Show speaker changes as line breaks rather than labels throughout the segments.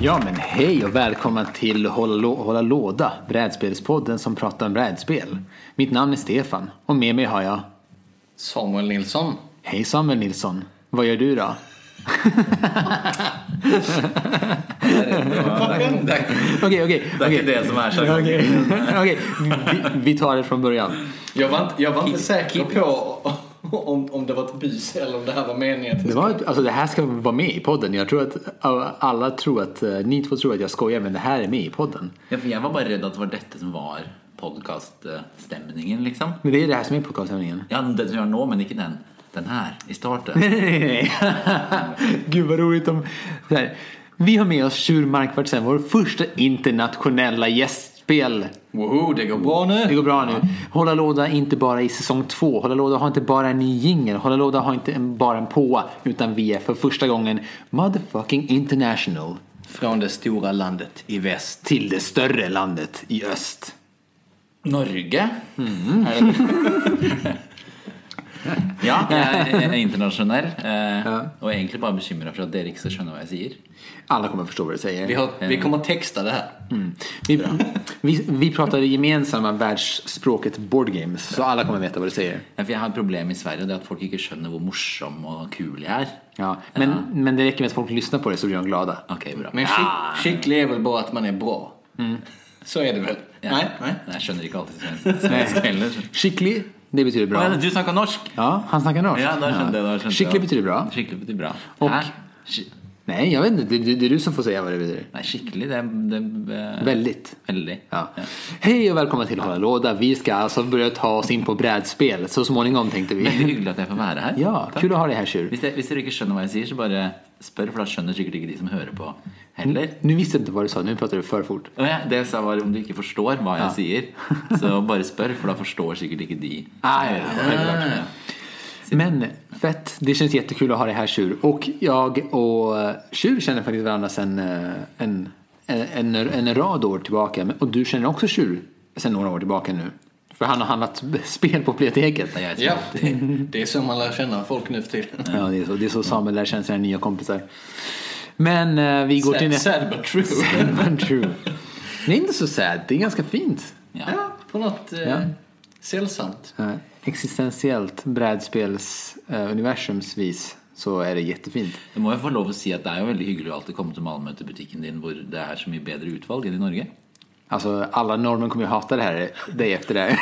Ja men hej och välkomna till Hålla, Hålla låda, brädspelspodden som pratar om brädspel. Mitt namn är Stefan och med mig har jag,
Samuel Nilsson.
hej Samuel Nilsson, vad gör du då? Okej, okej.
Det är
okej.
inte det som är så.
Okej, okej. Vi, vi tar det från början.
Jag var inte, jag var inte säker på om, om det var ett bys eller om det här var meningen.
Det, var, alltså, det här ska vara med i podden. Jag tror att alla tror att, eh, ni två tror att jag skojar men det här är med i podden.
Ja, för jag var bara rädd att det var detta som var podcaststämningen liksom.
Men det är det här som är podcastsändningen.
Ja, den som jag når men inte den, den här i starten.
Nej, nej, nej. Gud vad roligt om... Så här. Vi har med oss Tjur Markvardsen, vår första internationella gästspel.
Woho, det går bra
Det
nu.
går bra nu. Hålla låda är inte bara i säsong två. Hålla låda har inte bara en ny jingel. Hålla låda har inte en, bara en påa. Utan vi är för första gången motherfucking international.
Från det stora landet i väst.
Till det större landet i öst.
Norge. Mm. ja, jag är internationell eh,
Ja.
och är egentligen bara bekymrad för att Erik inte skönner vad jag säger. Eh.
Alla kommer förstå vad du säger.
Vi, har, vi kommer att texta det här.
Mm. Vi, vi, vi pratar det gemensamma världsspråket board games. Så alla kommer veta vad du säger.
Ja, för jag har ett problem i Sverige, det är att folk inte skönner hur morsom och kul jag är.
Ja, men, men det räcker med att folk lyssnar på det så blir de glada. Ah.
Okej, bra.
Men skick, skicklig är väl bara att man är bra. Så är det väl?
Ja.
Nej, nej.
Jag skönner inte alltid svenska heller.
Skicklig, det betyder
Ja,
bra.
Du snackar norsk.
Ja, han snackar norskt.
Ja, där kände jag, där kände
Skicklig
jag.
betyder bra.
Skicklig betyder bra.
Och-
Hæ? Ski-
Nej, jag vet inte. Det, det, det är du som får säga vad det betyder.
Nei, skikkelig, det, det eh,
Väldigt.
Veldig.
Ja. Hej och välkomna till Hålla Låda. Vi ska alltså börja ta oss in på brädspel så småningom tänkte vi.
Veldig hyggelig at jeg får være her.
Ja,
Takk.
kul att ha dig här Tjur.
Hvis, jeg, hvis dere ikke skjønner hva jeg sier, så bare spør, for da skjønner sikkert ikke de som hører på heller.
Nu visste jag inte vad du sa, nu pratar du för fort.
Og jeg, det jeg sa var om du ikke forstår hva jeg sier, så bare spør, for da forstår sikkert ikke de.
Ah, ja, självklart. Men fett, det känns jättekul att ha dig här Tjur. Och jag och eh, Tjur känner faktiskt varandra sedan eh, en, eh, en, en rad år tillbaka. Men- Och du känner också Tjur sedan några år tillbaka nu. För han har handlat spel på biblioteket.
Det er jeg som
Ja, det, det är så man lär känna folk nu för tiden.
Ja, det är så, det är så Samuel lär känna sina nya kompisar. Men eh, vi går till nästa.
Sad, sad but true.
Men true. Det är inte så sad, det är ganska fint.
ja.
Ja, på något eh,
Ja.
sällsamt.
Eh, Existentiellt brädspelsuniversums eh, vis så är det jättefint.
Du må jo få lov å si at det er jo veldig hyggelig å alltid komme til Malmö, til butikken din, hvor det er så mye bedre utvalg enn i Norge.
Alltså alla norrmän kommer ju hata det här, dig efter det här.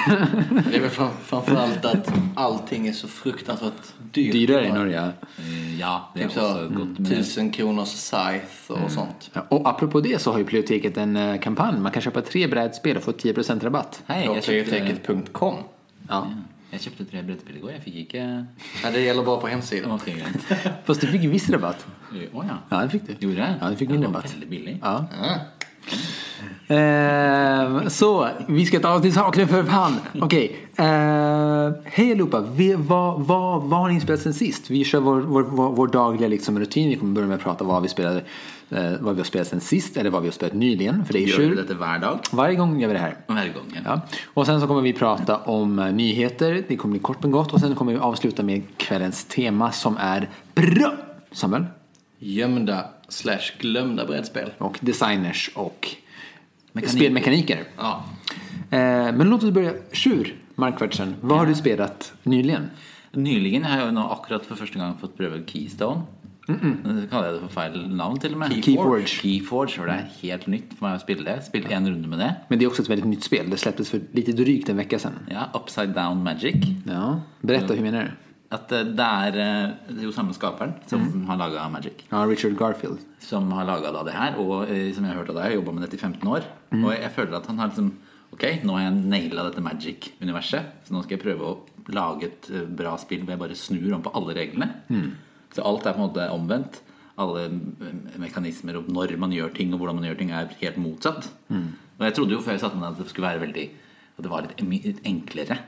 Det är väl fram, framförallt att allting är så fruktansvärt dyrt.
Dyrare i Norge.
Eh, Ja, det
Typ
er også
så,
godt. Men
tusen kronors scythe
Mm.
och sånt.
Ja, Och apropå det så har ju biblioteket en eh, kampanj. Man kan köpa tre brädspel och få 10% rabatt.
hei,
På
jeg kjøpte
biblioteket.com.
Ja.
Jeg kjøpte tre brettspill i går. Jeg fikk ikke
Ja, det gäller bara på
Det
hemsidan.
var ikke greit. Eh,
Fast du fick ju viss rabatt.
Å ja.
Ja, det fick du.
Gjorde jeg?
Ja, du fick min
Det var
rabatt.
Veldig billig.
Ja. Ehm, så, vi ska ta oss till saken för fan. Okej. Ehm, hej allihopa. Vi, vad, vad, vad har ni spelat sen sist? Vi kör vår, vår, vår, vår dagliga liksom rutin. Vi kommer börja med att prata vad vi spelade, eh, vad vi har spelat sen sist eller vad vi har spelat nyligen. För det är
Gjør du
ju
dette hver dag?
Varje gång gör vi det här.
Hver gang. Ja.
Ja. Och sen så kommer vi prata om eh, nyheter. Det kommer bli kort men gott. Och sen kommer vi avsluta med kvällens tema som är bra. Samuel.
Gömda slash glömda brädspel.
Och designers och
Mekaniker.
spelmekaniker.
Ja.
Eh, men låt oss börja. Tjur, Markvärtsen. Vad har du spelat nyligen?
Nyligen har jag ju nu akkurat för första gången fått pröva Keystone. Nu kallar jag det för fel namn till och med.
Keyforge.
Keyforge, för det är helt nytt för mig att spela det. Spelat en runda med det.
Men det är också ett väldigt nytt spel. Det släpptes för lite drygt en vecka sedan.
Ja, Upside Down Magic.
Ja. Mm. Berätta, hur menar du?
Att eh, det är, eh, det är ju samma skaparen som har lagat Magic.
Ja, Richard Garfield.
som har laga da det her, og eh, som jeg har hørt av deg, har jobba med dette i 15 år. Og jeg føler at han har liksom Ok, nå har jeg naila dette magic-universet, så nå skal jeg prøve å lage et eh, bra spill hvor jeg bare snur om på alle reglene. Så alt er på en måte omvendt. alle me- mekanismer og når man gjør ting og hvordan man gjør ting, er helt motsatt. Og jeg trodde jo før jeg satte meg ned at det skulle være veldig at det var litt, my- litt enklere.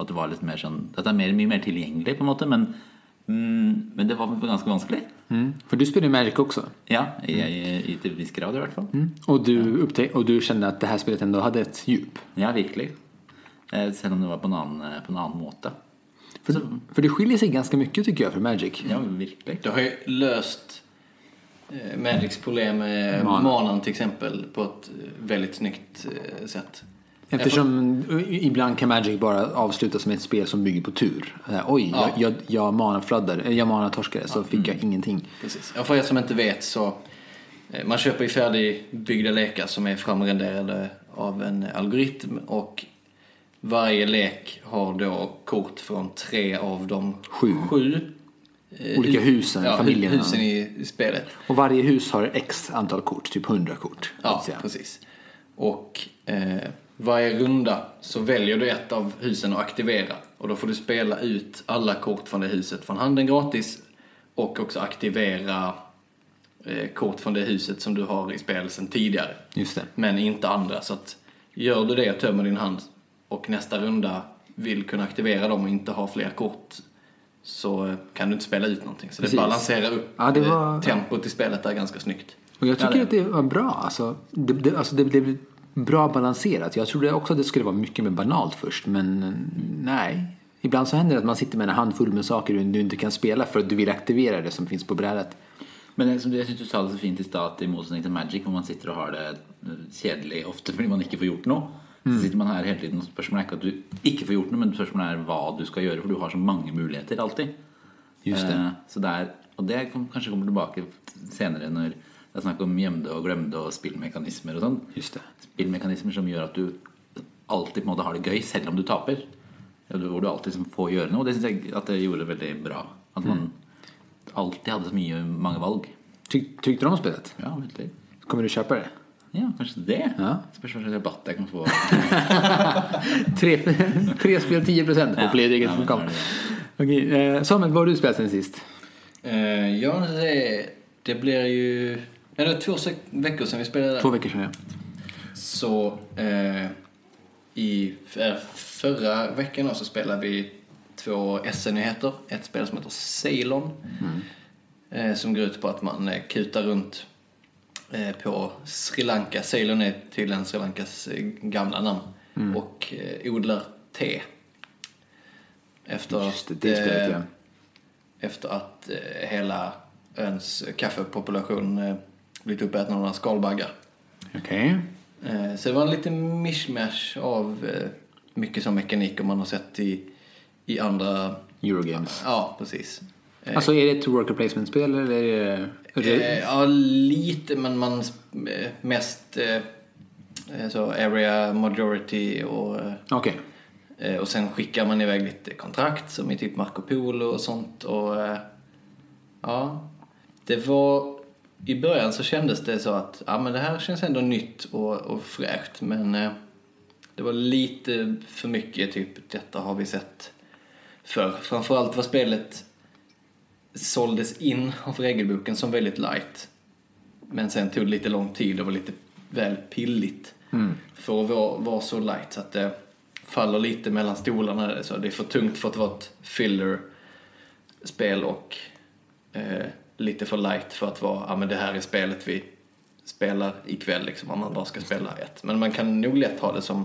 At det var litt mer sånn At det er mer, mye mer tilgjengelig, på en måte. Men, mm, men det var ganske vanskelig.
Mm. För du spelar ju Magic också.
Ja, i,
Mm.
i, i til en viss grad i hvert fall.
Och du, upptäck- och du kände att det här spelet ändå hade ett djup.
Ja, virkelig. Eh, Selv om det var på en annen, på en annen måte.
För, för det skiljer sig ganska mycket tycker jag från Magic.
Ja, virkelig.
Det har ju löst eh, Magics problem med
Mana.
manan till exempel på ett eh, väldigt snyggt eh, sätt.
Eftersom ibland kan Magic bara avslutas med ett spel som bygger på tur. Eh, Oj,
Ja.
jag, jag, jag manaflöddade, eh, jag manatorskade så fick jag ingenting.
Precis. Ja, för er som inte vet så eh, man köper ju färdigbyggda lekar som är framrenderade av en algoritm och varje lek har då kort från tre av de
Sju.
eh,
Olika
hu-
husen,
ja, hu-
familjerna.
husen i i spelet.
Och varje hus har x antal kort, typ 100 kort. så
Ja,
att säga.
precis. Och eh, varje runda så väljer du ett av husen att aktivera. Och då får du spela ut alla kort från det huset från handen gratis. Och också aktivera eh, kort från det huset som du har i spel sedan tidigare.
Just det.
Men inte andra. Så att gör du det, tömmer din hand och nästa runda vill kunna aktivera dem och inte ha fler kort så eh, kan du inte spela ut någonting. Så det
Precis.
balanserar upp
Ja, det
eh,
var-
tempot i spelet där ganska snyggt.
Och jag tycker
det-
att det var bra. Alltså, det, det, alltså, det blev bra balanserat. Jag trodde också att det skulle vara mycket mer banalt först, men eh, nej. Ibland så händer det att man sitter med en handfull med saker du inte kan spela för att du vill aktivera det som finns på brädet.
Men det som- jeg syns du sa det så fint i stad, at i motsetning til Magic, hvor man sitter og har det eh, kjedelig ofte fordi man ikke får gjort noe, så
Mm.
sitter man her hele tiden og spørsmålet er ikke at du ikke får gjort noe, men spørsmålet er hva du skal gjøre, for du har så mange muligheter alltid.
Just det.
Eh, Så det er, og det kom, kanskje kommer tilbake senere når det er snakk om gjemte og glemte og spillmekanismer og sånn.
Just det.
Spillmekanismer som gjør at du alltid på en måte har det gøy selv om du taper. Eller Hvor du alltid liksom får gjøre noe. Det syns jeg at det gjorde veldig bra. At man alltid hadde så mye, mange valg.
Tyck, tyckte du om spelet?
Ja, veldig.
Kommer du köpa det?
Ja, kanskje det.
Ja.
Spørs hva slags rabatt jeg kan få.
Tre, tre spel 10 procent på
Ja.
playdiget.com.
Ja, men
Okej, eh, Samuel, vad har du spelat sen sist?
Eh, ja, det, det blir ju... Ja, det är två sek- veckor sedan vi spelade.
Två veckor sedan, ja.
Så eh, i för, förra veckan då så spelade vi två SN-nyheter. Ett spel som heter Ceylon.
Mm.
Eh, som går ut på att man eh, kutar runt eh, på Sri Lanka. Ceylon är tydligen Sri Lankas eh, gamla namn.
Mm.
Och eh, odlar te. Efter eh,
Just det, det spelet,
Eh,
ja.
efter att eh, hela öns kaffepopulation eh, blivit uppäten av några skalbaggar.
Okej.
Eh, Så det var en liten mishmash av eh, mycket som mekaniker man har sett i, i andra...
Eurogames.
Ja, precis. Eh,
Alltså är det ett worker placement-spel eller är det...
eh, Ja, lite, men man eh, mest eh, eh, så area majority och,
Okej.
eh, och sen skickar man iväg lite kontrakt som är typ Marco Polo och sånt och eh, ja, det var i början så kändes det så att ja, men det här känns ändå nytt och, och fräscht men eh, det var lite för mycket typ detta har vi sett förr. Framförallt var spelet såldes in av regelboken som väldigt light men sen tog det lite lång tid och var lite väl pilligt
Mm.
för att vara, vara så light så att det faller lite mellan stolarna. Så det är för tungt för att vara ett filler spel och eh, lite för light för att vara, ja men det här är spelet vi spelar ikväll liksom, om man bara ska spela ett. Men man kan nog lätt ha det som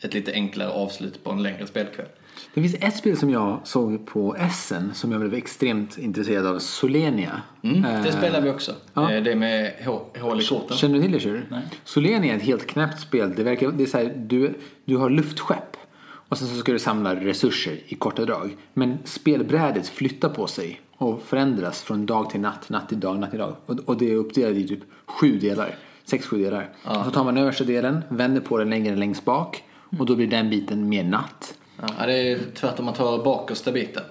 ett lite enklare avslut på en längre spelkväll.
Det finns ett spel som jag såg på Essen som jag blev extremt intresserad av, Solenia. Eh,
Mm.
Det spelar vi också.
ja.
Eh, det med hå- hål i korten.
Känner du till det Shur? Solenia är ett helt knäppt spel. Det verkar, det är så här, du, du har luftskepp och sen så ska du samla resurser i korta drag. Men spelbrädet flyttar på sig och förändras från dag till natt, natt till dag, natt till dag. Och, och det är uppdelat i typ sju delar, sex, sju delar. Och så tar man översta delen, vänder på den längre längst bak och då blir den biten mer natt.
Ja, det är tvärtom man tar bakersta biten.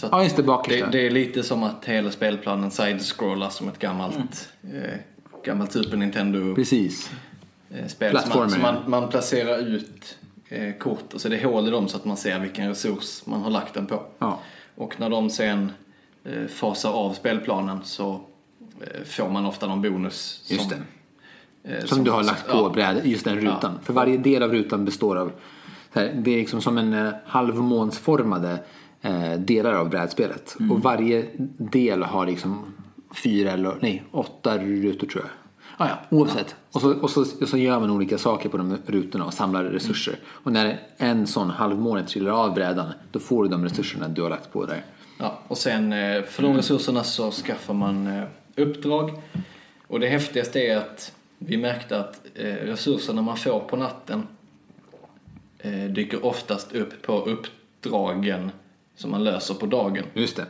Så att
Ja, just det, bakersta.
Det, det är lite som att hela spelplanen side-scrollar som ett gammalt, eh, gammalt Super Nintendo-spel.
Mm. Precis.
Så
plattformer,
man, så
ja.
man, man placerar ut eh, kort och så är det hål i dem så att man ser vilken resurs man har lagt den på.
Ja.
Och när de sen eh, fasar av spelplanen så eh, får man ofta någon bonus. Som,
Just
eh,
Som du har lagt på brädet, just den rutan. För varje del av rutan består av, så här, det är liksom som en eh, halvmånsformade eh, delar av brädspelet. Och varje del har liksom fyra eller, nej, åtta rutor tror jag. Ah, ja, oavsett. Och, så, och, så, och så gör man olika saker på de rutorna och samlar resurser. Och när en sån halvmåne trillar av brädan, då får du de resurserna du har lagt på där.
Ja, och sen eh, för de resurserna så skaffar man eh, uppdrag. Och det häftigaste är att vi märkte att eh, resurserna man får på natten eh, dyker oftast upp på uppdragen som man löser på dagen
Just det.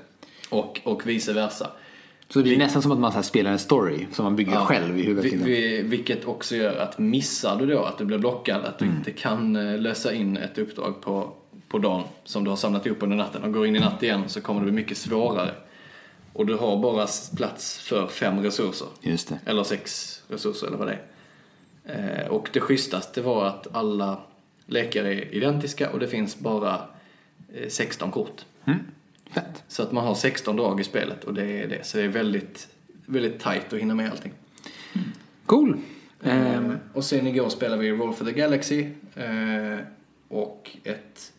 och, och vice versa.
Så det blir nästan som att man så här spelar en story som man bygger själv i huvudet.
Vi, vi, vilket också gör att missar du då att du blir blockad, att du
Mm.
inte kan eh, lösa in ett uppdrag på, på dagen som du har samlat ihop under natten och går in i natt igen så kommer det bli mycket svårare. Och du har bara s- plats för fem resurser.
Just det.
Eller sex resurser eller vad det är. Eh, Och det schysstaste var att alla lekar är identiska och det finns bara eh, 16 kort.
Mm. Fett.
Så att man har 16 drag i spelet och det är det. Så det är väldigt, väldigt tajt att hinna med allting.
Cool.
Ehm, och sen igår spelade vi Roll for the Galaxy eh, och ett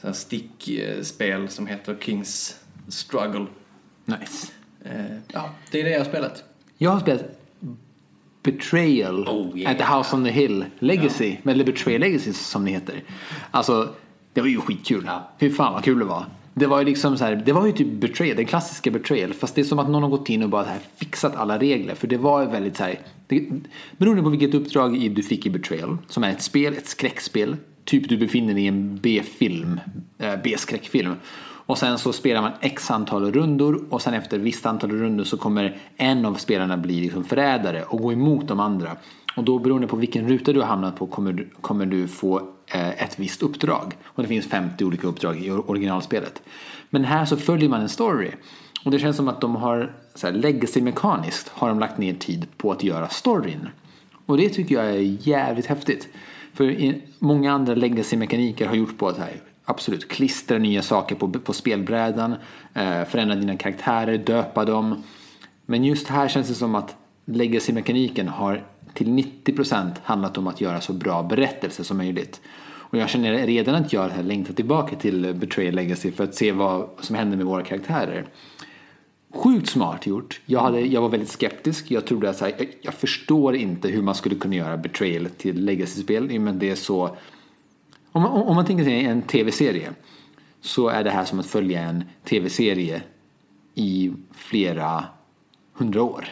sånt här stickspel som heter Kings Struggle.
Nice.
Eh, ja, det är det jag har spelat.
Jag har spelat Betrayal
Oh, yeah.
at the House on the Hill Legacy. Eller Betrayal Legacy som det heter. Alltså, det var ju skitkul. Fy fan vad kul det var. Det var ju liksom så här, det var ju typ Betrayal, den klassiska Betrayal. Fast det är som att någon har gått in och bara så här fixat alla regler. För det var ju väldigt så här, det, beroende på vilket uppdrag i- du fick i Betrayal. Som är ett spel, ett skräckspel. Typ du befinner dig i en B-film, eh, B-skräckfilm. Och sen så spelar man x antal rundor och sen efter visst antal rundor så kommer en av spelarna bli liksom förrädare och gå emot de andra. Och då beroende på vilken ruta du har hamnat på kommer du, kommer du få eh, ett visst uppdrag. Och det finns 50 olika uppdrag i or- originalspelet. Men här så följer man en story. Och det känns som att de har, så här, legacy-mekaniskt har de lagt ner tid på att göra storyn. Och det tycker jag är jävligt häftigt. För i- många andra legacy-mekaniker har gjort på att här, absolut klistra nya saker på, på spelbrädan, eh, förändra dina karaktärer, döpa dem. Men just här känns det som att legacy-mekaniken har till 90% handlat om att göra så bra berättelse som möjligt. Och jag känner redan att jag har längtat tillbaka till Betrayal Legacy för att se vad som händer med våra karaktärer. Sjukt smart gjort. Jag, hade, jag var väldigt skeptisk. Jag trodde att så här, jag, jag förstår inte hur man skulle kunna göra Betrayal till legacy-spel. i och med att det är så... Om man, om man tänker sig en tv-serie så är det här som att följa en tv-serie i flera hundra år.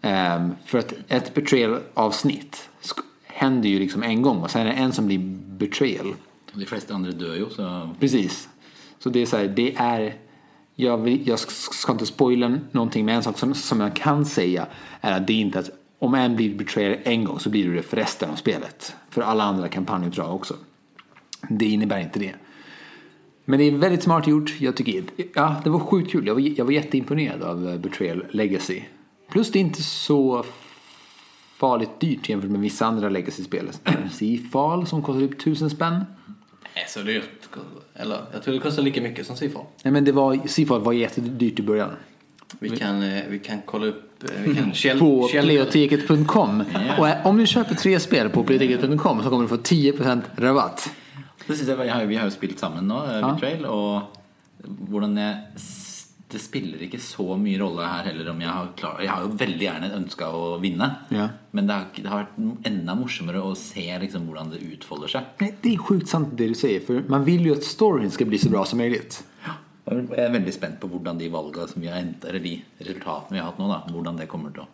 Ehm, för att ett Betrayal-avsnitt sk- händer ju liksom en gång och sen är det en som blir Betrayal.
Och De flesta andra dör ju så...
Precis. Så det är så här, det är... Jag, vill, jag sk- ska inte spoila någonting, men en sak som, som jag kan säga är att det är inte att om en blir betrayed en gång så blir du det för resten av spelet. För alla andra kampanjuppdrag också. Det innebär inte det. Men det är väldigt smart gjort. Jag tycker, ja, det var sjukt kul. Jag var, jag var jätteimponerad av eh, Betrayal Legacy. Plus det är inte så farligt dyrt jämfört med vissa andra Legacy-spel. Seafall som kostar typ tusen spänn.
Nej, så dyrt. Eller, jag tror det kostar lika mycket som Sifar.
Nej men det var, Seafall var jättedyrt i början.
Vi kan, eh, vi kan kolla upp... eh, Vi kan käll,
På
käll-
pleoteket.com. Och eh, om du köper tre spel på pleoteket.com så kommer du få 10% rabatt.
Det synes jeg, var- jeg har, Vi har jo spilt sammen nå, eh, Betrayal, og hvordan jeg s- Det spiller ikke så mye rolle her heller om jeg har klar, Jeg har jo veldig gjerne ønska å vinne,
Ja.
men det har, ikke- det har vært enda morsommere å se liksom hvordan det utfolder seg.
Nej, det är sjukt sant det du säger för man vill ju att storyn ska bli så bra som möjligt.
Jeg er veldig spent på hvordan de valgene som vi har endt, eller de resultatene vi har hatt nå, da, hvordan det kommer til å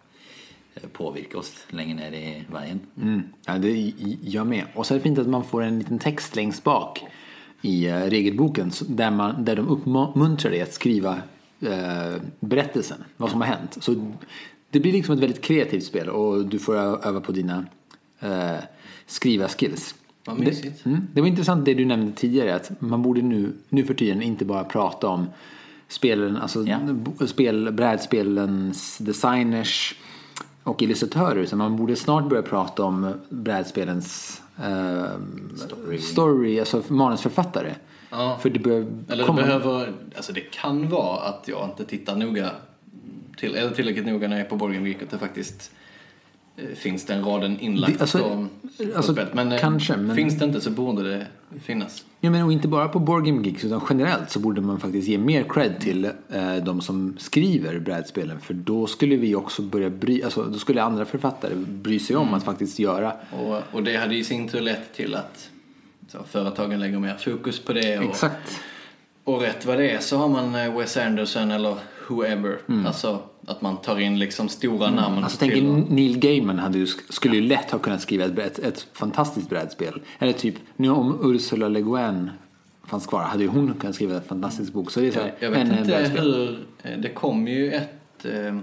eh, påvirke oss lenger ned i veien.
Mm. Ja, det är jag med. Och så är det fint att man får en liten text längst bak i eh, regelboken så- där, man, där de uppmuntrar dig att skriva eh, berättelsen, vad som har hänt. Så det blir liksom ett väldigt kreativt spel och du får ö- öva på dina eh, skriva-skills.
Vad mysigt.
Det, mm, det var intressant det du nämnde tidigare att man borde nu, nu för tiden inte bara prata om spelen, alltså
Ja.
b- spel, brädspelens designers och illustratörer. Så man borde snart börja prata om brädspelens eh, story. alltså manusförfattare.
Ja.
För det börjar
Eller det
komma-
behöver... Alltså det kan vara att jag inte tittar noga till, eller tillräckligt noga när jag är på Borgen Week att det faktiskt eh, finns den raden inlagd
Det- alltså-
på, på
alltså,
spelet. Men, eh,
kanske, men-
finns det inte så borde det finnas.
Ja, men och inte bara på board game gigs utan generellt så borde man faktiskt ge mer cred till eh, de som skriver brädspelen för då skulle vi också börja bry, alltså då skulle andra författare bry sig om
Mm.
att faktiskt göra
Och, och det hade i sin tur lett till att så, företagen lägger mer fokus på det. Och,
Exakt.
och rätt vad det är så har man eh, Wes Anderson eller whoever. Alltså att man tar in liksom stora namn.
Mm. Alltså
till
tänk
och-
Neil Gaiman hade ju, skulle ju lätt ha kunnat skriva ett, ett, ett fantastiskt brädspel. Eller typ, nu om Ursula Le Guin fanns kvar hade ju hon kunnat skriva en fantastisk bok. Så det är så här,
Jag vet
en, eh,
inte hur... eh, Det kom ju ett... Eh,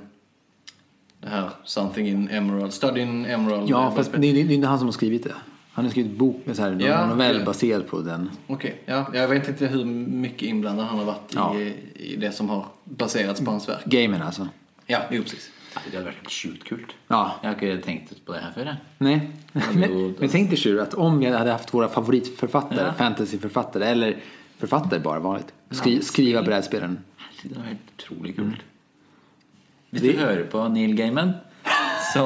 det här Something in Emerald, Study in Emerald.
Ja,
eh,
fast det,
bäst-
det, det är inte han som har skrivit det. Han har skrivit bok, så här,
Ja,
en novell
det-
baserad på den.
Okej, ja, jag vet inte hur mycket inblandad han har varit
Ja.
i, i det som har baserats på hans verk.
Gamen alltså.
Ja, jo precis.
Det hade varit sjukt kul.
Ja.
Jag har inte tänkt på det här förrän.
Nej.
jo,
Men,
det-
men tänk dig Shur, att om vi hade haft våra favoritförfattare,
Ja.
fantasyförfattare eller författare bara vanligt, skri, skriva brädspelen.
Det hade varit otroligt kul.
Mm.
Hvis du hører på Neil Gaiman, så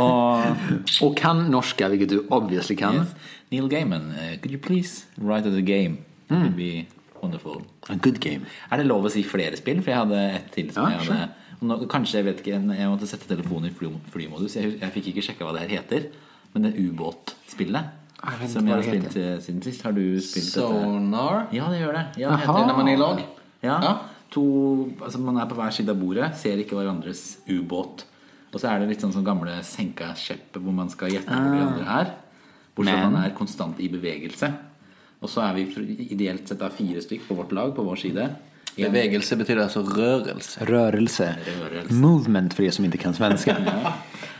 Och kan norska, vilket du obviously kan.
Yes. Neil Gaiman, uh, could you please write us a game? It
Mm.
would be wonderful.
A good game.
Er det lov å si flere spill? For jeg hadde ett til som
Ja,
jeg hadde og nå, Kanskje, jeg vet ikke, en- jeg måtte sette telefonen i fly, flymodus. Jeg, hus- jeg fikk ikke sjekka hva det her heter. Men det ubåtspillet
Jeg vet ikke
som
hva
jeg har
det
spilt eh, siden sist, har du spilt dette?
Sonar.
Ja, det gjør det. Ja, det
Jaha.
heter-
När man är i lag.
Ja.
Ja.
To, altså man er på hver side av bordet, ser ikke hverandres ubåt. Og så er det litt sånn som gamle senka skjeppet hvor man skal gjette hvor de
Ah.
andre er. Bortsett fra
Men-
man er konstant i bevegelse. Og så er vi fr- ideelt sett da fire stykk på vårt lag på vår side. En
Bevegelse betyder alltså rörelse.
Rörelse.
Rörelse.
Movement för er som inte kan svenska.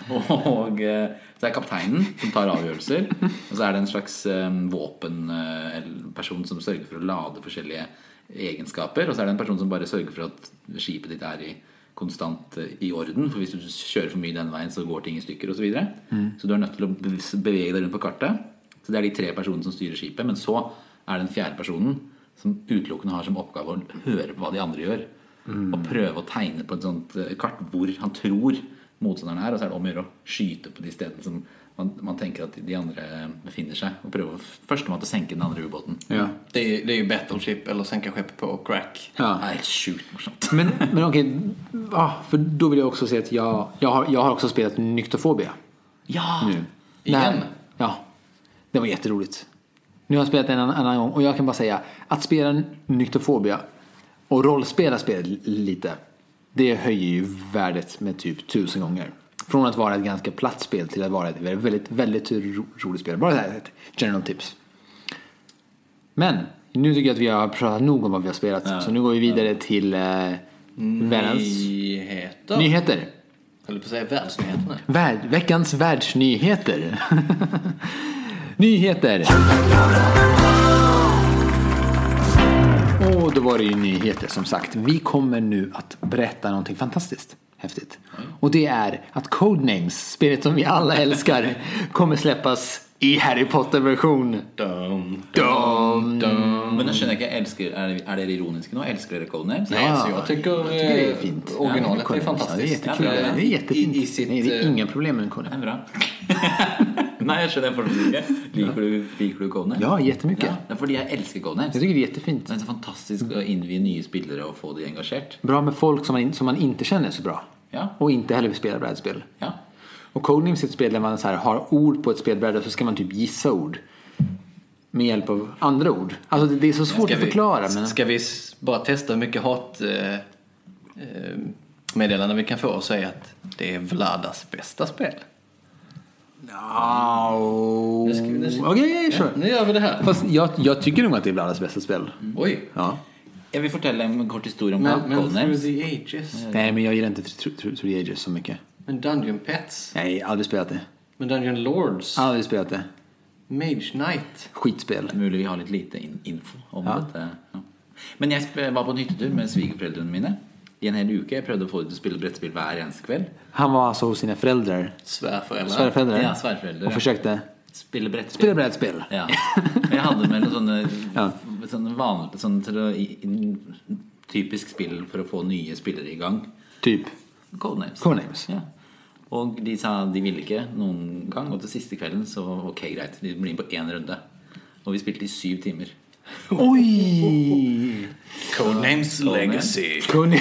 Og eh, så er det kapteinen som tar avgjørelser. Og så er det en slags eh, våpenperson som sørger for å lade forskjellige egenskaper. Og så er det en person som bare sørger for at skipet ditt er i konstant eh, i orden. For hvis du kjører for mye den veien, så går ting i stykker osv. Så, videre. så du er nødt til å be- bevege deg rundt på kartet. Så det er de tre personene som styrer skipet. Men så er det den fjerde personen som utelukkende har som oppgave å høre på hva de andre gjør.
Mm.
Og prøve å tegne på et sånt eh, kart hvor han tror motstanderen er. Og så er det om å gjøre å skyte på de stedene som man, man tenker at de andre befinner seg. Og prøve å- førstemann til å senke den andre ubåten.
ja.
Det är, det är ju battleship eller sänka skepp på crack.
Det
Ja.
er helt sjukt morsomt.
Men, men okej, ah, för då vill jag också säga att jag, jag, har, jag har också spelat Nyktofobia.
Ja!
nu.
Igen?
När- ja. Det var jätteroligt. Nu har jag spelat en annan, annan gång och jag kan bara säga att spela Nyktofobia och rollspela spelet l- lite. Det höjer ju värdet med typ tusen gånger. Från att vara ett ganska platt spel till att vara ett väldigt, väldigt, väldigt ro, roligt spel. Bara så här ett general tips. Men nu tycker jag att vi har pratat nog om vad vi har spelat. Så nu går vi vidare till eh, världens
Nyheter.
nyheter.
Eller på att säga världsnyheterna.
Värld, veckans världsnyheter. nyheter! Och då var det ju nyheter som sagt. Vi kommer nu att berätta någonting fantastiskt häftigt. Och det är att Codenames, spelet som vi alla älskar, kommer släppas i Harry Potter-version.
Dum.
Dum.
Men nå skjønner jeg ikke, jeg elsker, er, det- er dere ironiske nå? Elsker dere Codenames?
Nej, alltså jag tycker,
det är
eh,
fint.
originalet
Ja, men
är fantastiskt.
Det är jättekul.
Ja,
det är jättefint.
i- i sitt,
Nej, det är
eh,
inga problem med Codenames.
Det er bra. Nei, jeg skjønner fortsatt ikke. Liker du, liker du Codenames?
Ja, jättemycket.
Ja, det er fordi jeg elsker Codenames.
Jag tycker det är jättefint.
Det er så fantastisk å innvie nye spillere og få de engasjert.
Bra med folk som man, som man inte känner så bra.
Ja.
Och inte heller vill spela brädspel.
Ja.
Och Codenames är ett spel där man så här har ord på ett spelbräde och så ska man typ gissa ord. Med hjälp av andra ord. Alltså det, det är så svårt
Ska
att
vi-
förklara. Men...
Ska vi s- bara testa hur mycket hat eh, eh, meddelanden vi kan få och säga att det är Vladas bästa spel?
No.
Nu ska vi- nu ska vi-
Okej, sure.
Nu gör vi det här.
Fast jag, jag tycker nog att det är bland hans bästa spel.
Oj.
Ja.
Jeg vil fortelle en kort historie om
Men, men Through
Codenames.
the Ages.
Nej, men jag gillar inte Thr- Thr- Three Ages så mycket.
Men Dungeon Pets.
Nej, aldrig spelat det.
Men Dungeon Lords.
Aldrig spelat det.
Mage Knight.
Skitspel.
Det er Mulig vi har litt lite in info om
Ja.
dette. Ja. Men jeg sp- var på en hyttetur med svigerforeldrene mine i en hel uke. Jeg prøvde å få dem til å spille brettspill hver eneste kveld.
Han var alltså hos sina föräldrar.
Svärföräldrar.
Svärföräldrar.
Ja, svärföräldrar,
Och
ja.
försökte
Spille brettspill.
spela brädspel.
Ja. Men jeg hadde med noen sånne,
Ja.
sånne vanlige sånne til å, i, i, Typisk spill for å få nye spillere i gang.
Typ.
Codenames.
Codenames.
Ja. Og de sa de ville ikke noen gang. Og til siste kvelden så ok, greit. De blir med på én runde. Og vi spilte i syv timer.
Oj!
Codenames
Legacy.
Kunde...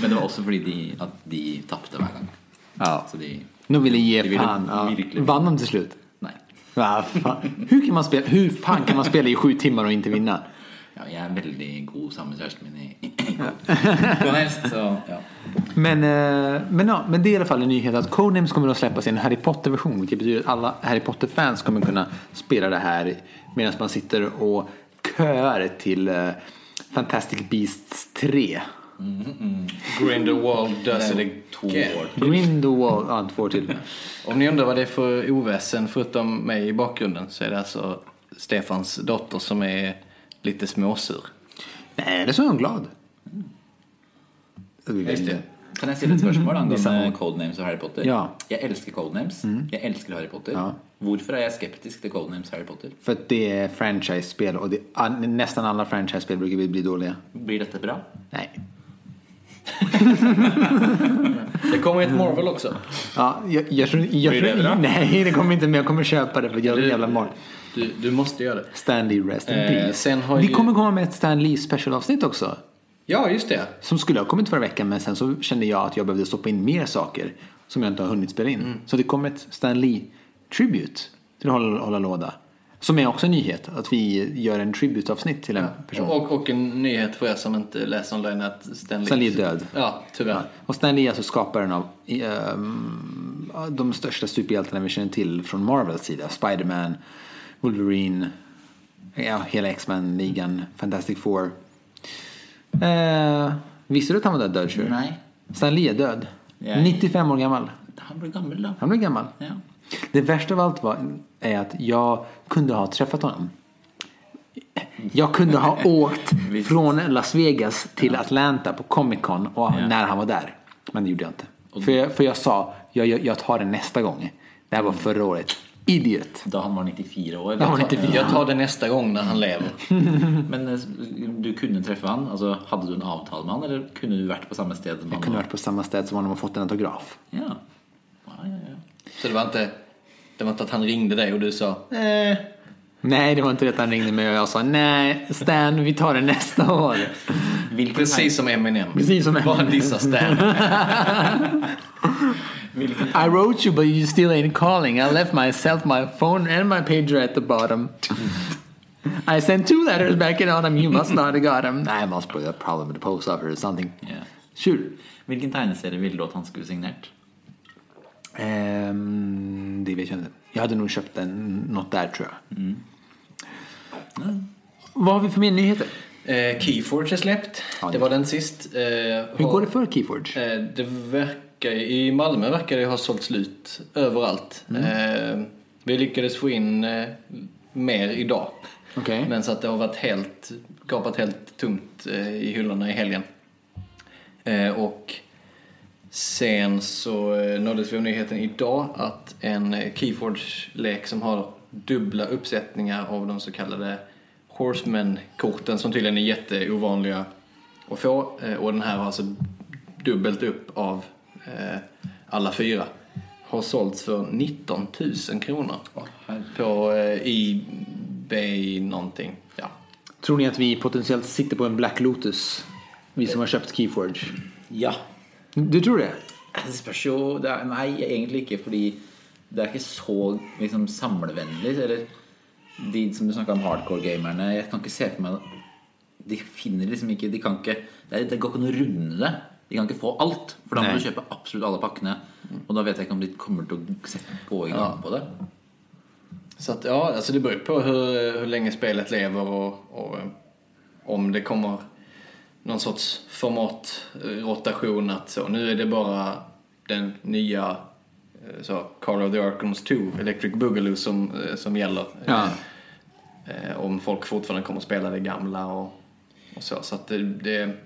Men det var også fordi de, at de tapte hver gang.
Ja.
Så de
Nu vill jag
Vi
ge
ville
fan. Ja.
virkelig-
Vann de till slut?
Nei.
Va fan. Hur, kan man spela, hur fan kan man spela i sju timmar och inte vinna?
Ja, jeg er veldig god sammen med kjæresten min i Codenames, så ja.
Men, eh, men, ja, men det är i alla fall en nyhet att Codenames kommer att släppa sin Harry Potter-version. Vilket betyder att alla Harry Potter-fans kommer kunna spela det här medan man sitter och köar till eh, Fantastic Beasts 3.
Grindelwald does it
to
again.
år.
Grindelwald, ja, två till.
Om ni undrar vad det är för oväsen förutom mig i bakgrunden så är det alltså Stefans dotter som är lite småsur.
Nej, eller så är hon glad.
Just det.
Kan jeg stille et spørsmål
samme.
angående Codenames og Harry Potter?
Mm. Ja. Mm.
Jeg elsker Codenames. Jeg elsker Harry Potter.
Ja.
Hvorfor er jeg skeptisk til Codenames Harry Potter?
För att det är franchise-spel och det, an- nästan alla franchise-spel brukar bli- bli dåliga.
Blir dette bra?
Nej.
Det kommer ett Marvel också.
Ja, jag, jeg tror, jag
Blir det
tror-
bra?
nej, det kommer inte men jag kommer köpa det för jag är en jävla morgon.
Du, du måste göra det.
Stanley Rest in
Eh,
Peace.
sen har
Vi
ju-
kommer komma med ett Stanley specialavsnitt också.
Ja, just det.
Som skulle ha kommit förra veckan men sen så kände jag att jag behövde stoppa in mer saker som jag inte har hunnit spela in.
Mm.
Så det kommer ett Stanley Tribute till Hålla, hålla låda. Som är också en nyhet, att vi gör en tribute-avsnitt till en person.
Och, och en nyhet för er som inte läser online att Stanley...
Stanley är död.
Ja,
Ja.
tyvärr.
Och Stanley är alltså skaparen av ehm, de största superhjältarna vi känner till från Marvels sida. Spider-Man, Wolverine, ja, hela X-Men-ligan, Fantastic Four. Eh, visste du att han var död, död Shure?
Nej.
Stan Lee är død.
Nej.
95 år gammal.
Han ble gammel, da.
Han blev gammal.
Ja.
Det värsta av allt var, är att jag kunde ha träffat honom. Jag kunde ha åkt
Visst.
från Las Vegas till Atlanta på Comic Con och när han var där. Men det gjorde jag inte. För jag, för jeg sa, jag, jag, jag tar det nästa gång. Det här var förra året. Idiot.
Da han var 94 år.
Da han var 94.
Jag tar det nästa gång när han lever.
Men eh, du kunne treffe han? Altså, hadde du en avtale med han, eller kunne du vært på samme sted som
Jag
han?
kunde
var?
ha varit på samma ställe som honom och fått en autograf.
Ja. Ja, ja, ja.
Så det var inte... Det var inte att han ringde dig och du sa...
Nej, det var inte det att han ringde mig och jag sa nej, Stan, vi tar det nästa år.
Hvilken,
Precis som Eminem.
Precis som
Bara
Eminem.
dissa Stan.
I wrote you but you still ain't calling. I left myself my phone and my pager at the bottom. I sent two letters back in autumn. You must not have got them. I must put a problem with the post office or something.
Ja.
Shoot.
hvilken tegneserie ville du at han skulle signert?
Ehm, det vet jag inte. Jag hade nog köpt en, något där tror jag.
Mm.
Vad har vi för mer nyheter?
Eh, Keyforge är släppt.
Ja,
Det
det-
var den sist. Eh,
Hur
har-
går det för Keyforge?
Eh, Det verkar, I Malmö verkar det ha sålt slut överallt.
Mm.
Eh, Vi lyckades få in eh, mer idag.
Okej.
Men så att det har varit helt, gapat helt tomt eh, i hyllorna i helgen. Eh, Och sen så eh, nåddes vi av nyheten idag att en eh, Keyforge-lek som har dubbla uppsättningar av de så kallade Horseman-korten som tydligen är jätteovanliga att få. Eh, Och den här har alltså dubbelt upp av eh, alla fyra. Har sålts för 19 000 kronor på eh, Ebay någonting. Ja.
Tror ni att vi potentiellt sitter på en Black Lotus? Vi som har köpt Keyforge.
Ja.
Du tror det?
Det spørs jo det er, Nei, egentlig ikke, fordi det er ikke så liksom, samlevennlig. Eller de som du snakka om, hardcore-gamerne Jeg kan ikke se for meg De finner liksom ikke De kan ikke Det, er, det går ikke an å runde det. De kan ikke få alt, for da må
Nei.
du kjøpe absolutt alle pakkene. Og da vet jeg ikke om de kommer til å sette- gå i gang på det.
Så att, ja, alltså det beror ju på hur, hur länge spelet lever och, och eh, om det kommer någon sorts formatrotation att så, nu är det bara den nya eh, så, Call of the Arkhams 2, Electric Boogaloo som, eh, som gäller.
Ja.
Eh, om folk fortfarande kommer att spela det gamla och, och så. Så att det, det,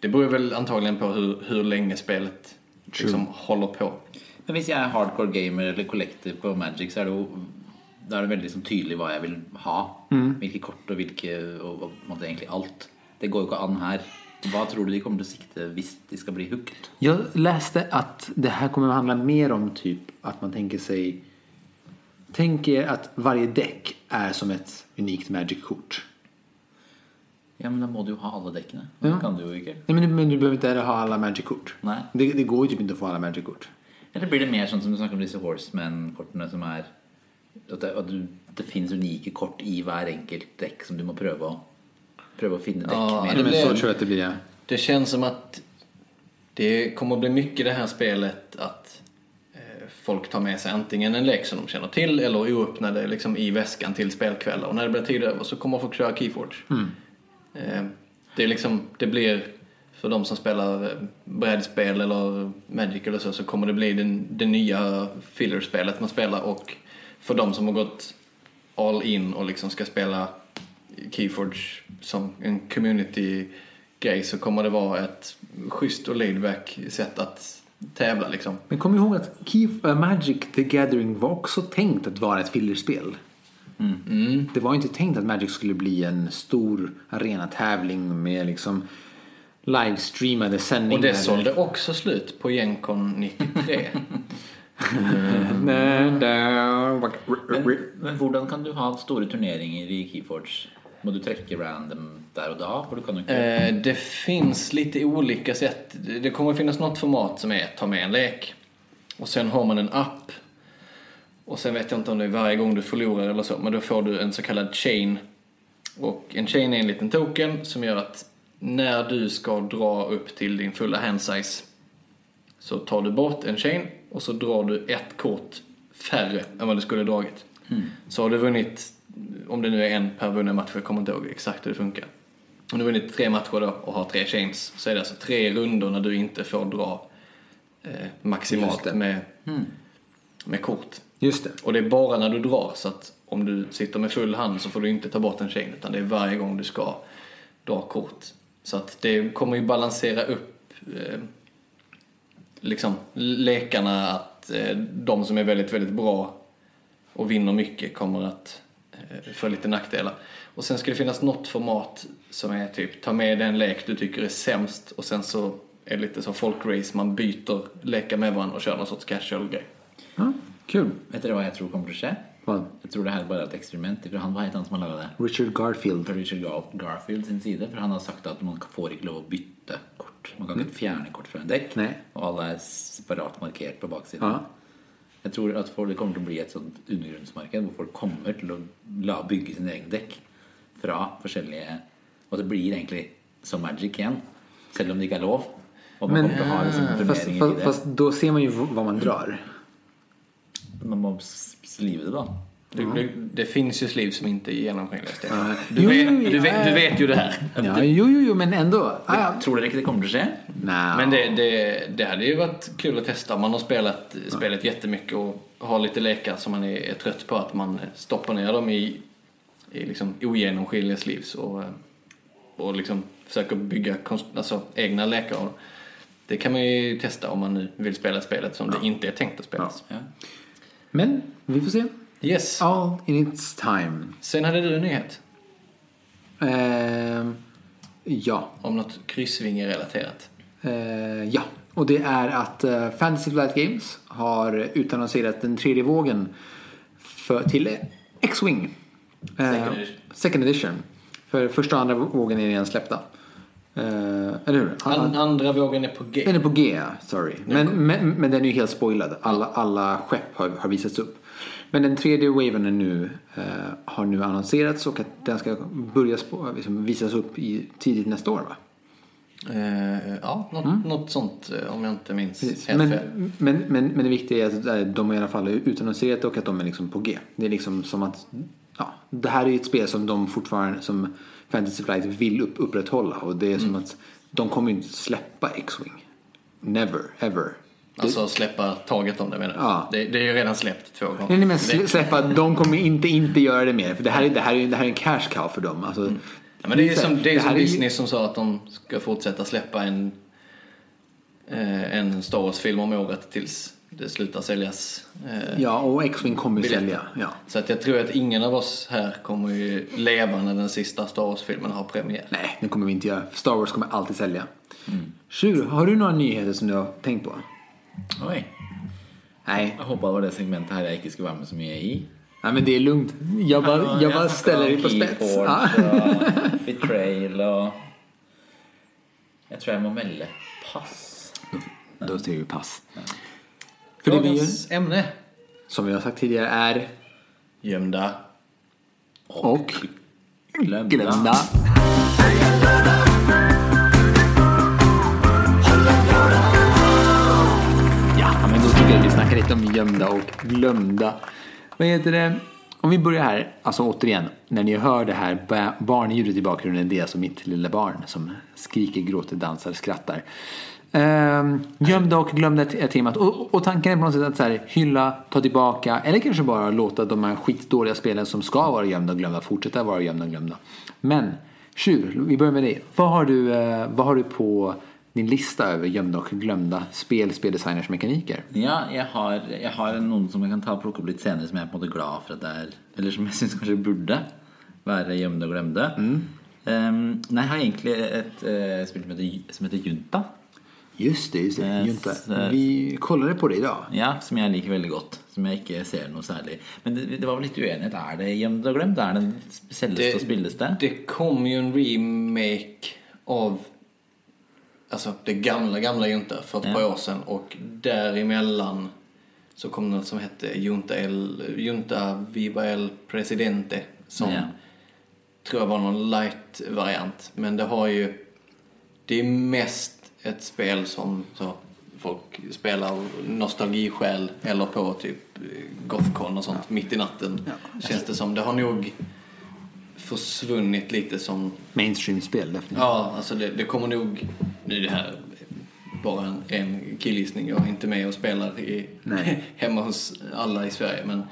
det beror väl antagligen på hur, hur länge spelet liksom, håller på.
Men hvis jeg er hardcore gamer eller collector på Magic, så er det jo da er det veldig liksom tydelig hva jeg vil ha. Hvilke kort og hvilke og, og på en måte egentlig alt. Det går jo ikke an her. Hva tror du de kommer til å sikte hvis de skal bli hooked?
Jag läste att det här kommer att handla mer om typ att man tänker sig Tänk er att varje däck är som ett unikt Magic-kort.
Ja, men da må du jo ha alle dekkene. Det kan du jo ikke.
Nej, men, du, men du behöver inte heller ha alla Magic-kort.
Nej.
Det, det går ju typ inte att få alla Magic-kort.
Eller blir det mer sånn som du snakker om disse Horseman-kortene, som er at det, at du, det finnes unike kort i hver enkelt dekk som du må prøve å, prøve å finne dekk
Ja,
med?
Nej, men så
det-
tror jag att det blir. Ja.
Det känns som att det kommer bli mycket det här spelet att eh, folk tar med sig antingen en lek som de känner till eller oöppnade liksom, i väskan till spelkvällar. Och när det blir tid över så kommer folk köra Keyforge. Eh, det, är liksom, det blir, för de som spelar eh, brädspel eller Magic eller så, så kommer det bli den, det nya fillerspelet man spelar. Och för de som har gått all in och liksom ska spela Keyforge som en community-grej så kommer det vara ett schysst och laidback sätt att tävla liksom.
Men kom ihåg att Key, äh, Magic the Gathering var också tänkt att vara ett fillerspel.
Mm.
Det var ju inte tänkt att Magic skulle bli en stor arenatävling med liksom livestreamade sändningar.
Och det sålde också slut på Gencon 93.
Nej, där-
Men, men hvordan kan du ha store turneringer i Keyforge? Må du trekke random der og da? For du kan jo ikke
Eh, det finns lite olika sätt. Det det kommer finnas något format som är ta med en lek och sen har man en app. Och sen vet jag inte om det är varje gång du förlorar eller så, men då får du en så kallad chain. Och en chain är en liten token som gör att när du ska dra upp till din fulla hand size så tar du bort en chain och så drar du ett kort färre än vad du skulle ha dragit.
Mm.
Så har du vunnit, om det nu är en per vunnen match, jag kommer inte ihåg exakt hur det funkar. Om du har vunnit tre matcher då och har tre chains så är det alltså tre runder när du inte får dra eh,
Just det. Mm.
maximalt med, med kort.
Just det.
Och det är bara när du drar så att om du sitter med full hand så får du inte ta bort en chain utan det är varje gång du ska dra kort. Så att det kommer ju balansera upp eh, liksom lekarna att eh, de som är väldigt, väldigt bra och vinner mycket kommer att eh, få lite nackdelar. Och sen ska det finnas något format som är typ ta med den lek du tycker är sämst och sen så är det lite som folkrace, man byter lekar med varandra och kör någon sorts casual grej.
Ja, kul.
Vet dere hva jeg tror kommer til å skje?
Vad?
Jeg tror det her bare er et eksperiment fra han, hva heter han som har laga det?
Richard Garfield.
Fra Richard Gar- Garfield sin side, for han har sagt at man får ikke lov å bytte kort. Man kan ikke fjerne kort fra en dekk,
Mm. Nei.
og alle er separat markert på baksiden.
Ja.
Jeg tror at folk, det kommer til å bli et sånt undergrunnsmarked hvor folk kommer til å la bygge sin egen dekk fra forskjellige Og det blir egentlig som Magic igjen, selv om det ikke er lov. Og man
Men- eh,
kommer til å ha liksom
Fast,
turneringer i
fast,
det.
fast då ser man ju v- vad man drar.
Man må s- slive det, da.
Du, du, det finns ju sliv som inte är genomskinliga, Stefan.
Nej.
Du,
Jo,
vet,
jo, jo,
du, vet,
nej.
du vet ju det här.
Ja, jo, jo, jo, men ändå. Ah, ja.
Tror dere ikke det kommer til å skje?
Nja.
Men det, det, det hade ju varit kul att testa om man har spelat spelet jättemycket och har lite lekar som man är, är trött på att man stoppar ner dem i, i liksom ogenomskinliga slivs och, och liksom försöker bygga konst, alltså, egna lekar av dem. Det kan man ju testa om man nu vill spela spelet som det inte är tänkt att spelas.
Ja.
men vi får se.
Yes.
All in its time.
Sen hade du en nyhet
Ehm, ja.
om något kryssvingerelaterat.
Eh, ja, och det är att eh, Fantasy Flight Games har utannonserat den tredje vågen för, till X-Wing. Eh,
Second edition.
second edition. För första och andra vågen är redan släppta. Eh, eller hur?
An, andra vågen är på G.
Den är på G, sorry. Men, men, men den är ju helt spoilad. Alla, alla skepp har, har visats upp. Men den tredje waven är nu, eh, har nu annonserats och att den ska börja spo- liksom visas upp i, tidigt nästa år. Va?
Eh, ja, något, något sånt eh, om jag inte minns
Mm. Precis.
helt
Men,
fel.
men, men, men det viktiga är att eh, de har i alla fall utannonserat och att de är liksom på G. Det är liksom som att ja, det här är ju ett spel som de fortfarande som Fantasy Flight vill upp, upprätthålla och det är som
Mm.
att de kommer ju inte släppa X-Wing. Never, ever.
Alltså släppa taget om det menar jag.
Ja.
Det, det är ju redan släppt två gånger.
Nej, nej men
det,
slä- släppa, de kommer inte inte göra det mer för det här är, det här är, det här är en cash cow för dem. Alltså,
Mm. ja, men det är ju som, det är ju
här
som
är ju-
Disney som sa att de ska fortsätta släppa en, eh, en Star Wars-film om året tills det slutar säljas. eh,
Ja, och X-Wing kommer ju
Biljetter.
sälja. Ja.
Så att jag tror att ingen av oss här kommer ju leva när den sista Star Wars-filmen har premiär.
Nej, det kommer vi inte göra. Star Wars kommer alltid sälja.
Mm.
Tjur, har du några nyheter som du har tänkt på?
Oi.
Nej.
Jeg håpa det var det segmentet her jeg ikke skulle være med så mye i.
Nej, men det är lugnt. Jag bara, jeg bare ställer dig på spets. Ja.
og Betrayal og Jeg tror jeg må melde pass.
Då säger vi pass. För det vi gör,
Dagens ämne.
som vi har sagt tidigare, är
Gömda.
och
Glem
glömda. Ja, men då tycker jag att vi snackar lite om gömda och glömda. Vad heter det? Om vi börjar här, alltså återigen, när ni hör det här ba- barnljudet i bakgrunden, det är alltså mitt lilla barn som skriker, gråter, dansar, skrattar. Ehm, gömda och glömda är temat och, och tanken är på något sätt att så här, hylla, ta tillbaka eller kanske bara låta de här skitdåliga spelen som ska vara gömda och glömda fortsätta vara gömda och glömda. Men Tjur, vi börjar med dig. Vad har du, eh, vad har du på din lista över gömda och glömda spel, speldesigners, mekaniker?
Ja, jeg har, jeg har noen som jeg kan ta og plukke opp litt senere, som jeg er på en måte glad for at det er Eller som jeg syns kanskje burde være gjemte og glemte. Um, nei, jeg har egentlig et eh, spill som heter, som heter Junta.
Just det, just det.
Eh,
Junta.
så-
Vi kollade på det idag.
Ja, Som jeg liker veldig godt. Som jeg ikke ser noe særlig. Men det, det var vel litt uenighet. Er det gjemt og glemt? Er det den selgeste og spilleste?
det kom ju en remake av alltså det gamla, gamla Junta för ett par år sedan och däremellan så kom något som hette Junta, el, Junta Viva El Presidente som
Ja.
tror jag var någon light-variant. Men det har ju, det är mest ett spel som så, folk spelar av nostalgiskäl eller på typ eh, Gothcon och sånt mitt i natten känns det som. Det har nog försvunnit lite som...
Mainstream-spel, definitivt.
Ja, alltså det, det kommer nog... Nu är det här bara en, en killgissning. Jag är inte med och spelar i,
Nej.
hemma hos alla i Sverige. Men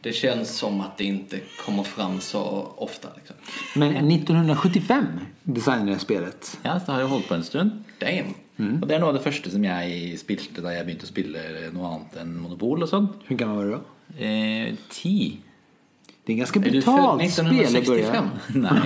det känns som att det inte kommer fram så ofta. Liksom.
Men 1975 designade jag spelet.
Ja, så det har jo holdt på en stund.
Damn!
Og det er noe av det første som jeg spilte da jeg begynte å spille noe annet enn Monopol og sånn.
Hur gammal var du då?
Eh, ti.
Det är ganska
du född
brutalt spel att börja.
1965?
Nei.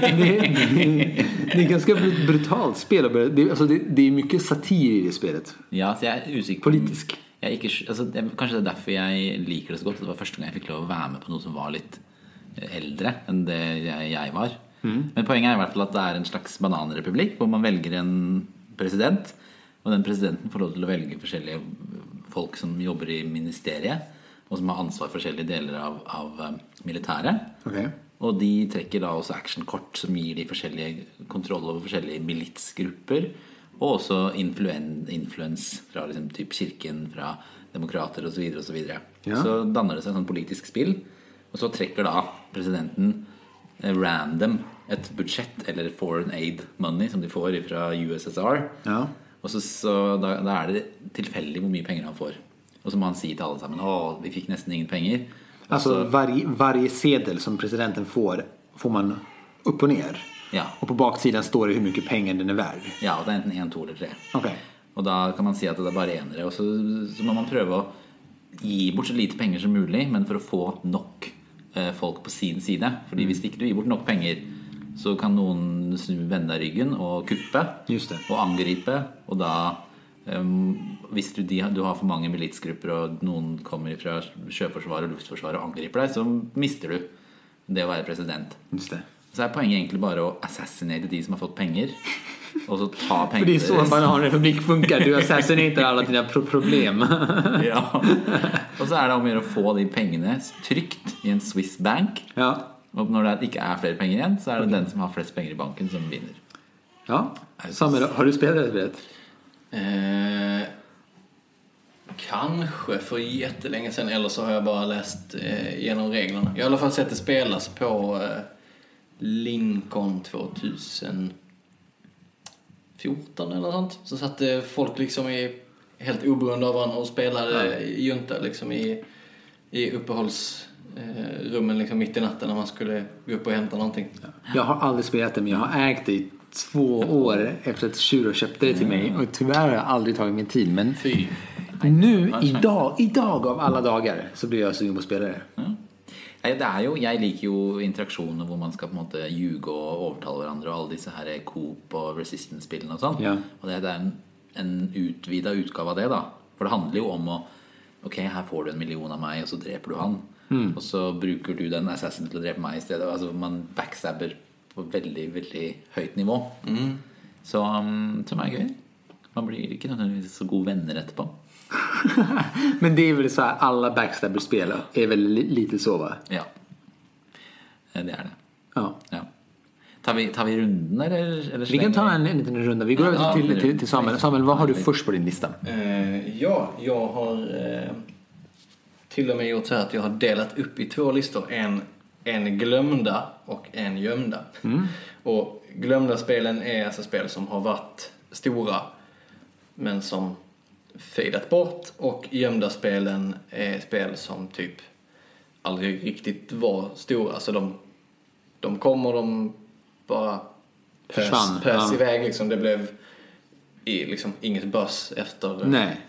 Det är, det är ganska br- brutalt spel att börja. Det, är- alltså, det, det är mycket satir i det spelet.
Ja, så jeg er usikker på om-
Politisk.
Jeg er ikke, altså, alltså, det, kanskje det er derfor jeg liker det så godt. Det var første gang jeg fikk lov å være med på noe som var litt eldre enn det jeg, jeg var. Men poenget er i hvert fall at det er en slags bananrepublikk hvor man velger en president. Og den presidenten får lov til å velge forskjellige folk som jobber i ministeriet, og som har ansvar for forskjellige deler av, av eh, militæret.
Okej.
Og de trekker da også actionkort som gir de forskjellige kontroll over forskjellige militsgrupper. Og også influen, influens fra liksom typ kirken, fra demokrater osv. Så, videre, og så, videre.
Ja.
så danner det seg et sånt politisk spill. Og så trekker da presidenten eh, random et budsjett, eller foreign aid money, som de får fra USSR.
Ja.
Og så, så da, da er det tilfeldig hvor mye penger han får. Og så må han si till alle sammen Å, vi fikk nesten ingen penger. Og
Alltså varje, varje sedel som presidenten får, får man upp och ner.
Ja.
Och på baksidan står det hur mycket pengar den är värd.
Ja, og det er enten én, to eller tre.
Okej.
Og da kan man si at det er bare enere. Og så, så må man prøve å gi bort så lite penger som mulig, men for å få nok eh, folk på sin side.
Mm.
Fordi hvis ikke du gir bort nok penger, så kan noen snu vende deg ryggen og kuppe.
Just det.
Og angripe. Og da em, Hvis du, de, du har for mange militsgrupper, og noen kommer fra sjøforsvaret og luftforsvaret og angriper deg, så mister du det å være president.
Just det.
Så er poenget egentlig bare å assassinate de som har fått penger, og så ta
För det
pengene
är så en bananrepublik funkar. Du assassinerar alla dina pro- problem.
Ja. Og så er det om å gjøre å få de pengene trygt i en Swiss bank.
Ja.
Og når det ikke er flere penger igjen, så er det den som har flest penger i banken, som vinner.
Ja. Samuel, har du spelat det här spelet?
Eh, kanske för jättelänge sedan eller så har jag bara läst eh, igenom reglerna. Jag har i alla fall sett det spelas på eh, Lincoln 2014 eller sånt. Så satt eh, folk liksom i helt oberoende av varandra och spelade eh, junta liksom i, i uppehållsrummen liksom mitt i natten när man skulle gå upp och hämta någonting.
Jag har aldrig spelat det men jag har ägt det i två år efter att Shuro köpte det till mig. Och tyvärr har jag aldrig tagit min tid. Men
Fy.
Nu, idag, idag av alla dagar så blir jag sugen på att spela det.
Ja. Nei, Det er jo, jeg liker jo interaksjoner hvor man skal på en måte ljuge og overtale hverandre, og alle disse her Coop og Resistance-spillene og sånn.
Ja.
Og det, det er en, en utvida utgave av det, da. For det handler jo om å Ok, her får du en million av meg, og så dreper du han. Og så bruker du den assassen til å drepe meg i stedet. Altså Man backstabber på veldig, veldig høyt nivå. Så, um, som er gøy. Man blir ikke nødvendigvis så gode venner etterpå.
Men det är väl så här, alla backstabber-spel är väl li- lite så va?
Ja. Eh, Det er det.
Ja.
Ja. Tar vi, tar vi runden, eller? eller
Vi kan ta
slenger-
en, en liten runda. Vi går över
Ja,
till,
det
till,
är
till,
det.
till Samuel. Samuel, vad har du först på din lista?
Eh, ja, jag har eh, till och med gjort så här att jag har delat upp i två listor. En, en glömda och en gömda.
Mm.
Och glömda spelen är alltså spel som har varit stora men som fejdat bort och gömda spelen är spel som typ aldrig riktigt var stora. Så de, de kommer, de bara pös,
Försvann,
pös
ja.
iväg liksom. Det blev i, liksom, inget buzz efter
Nej.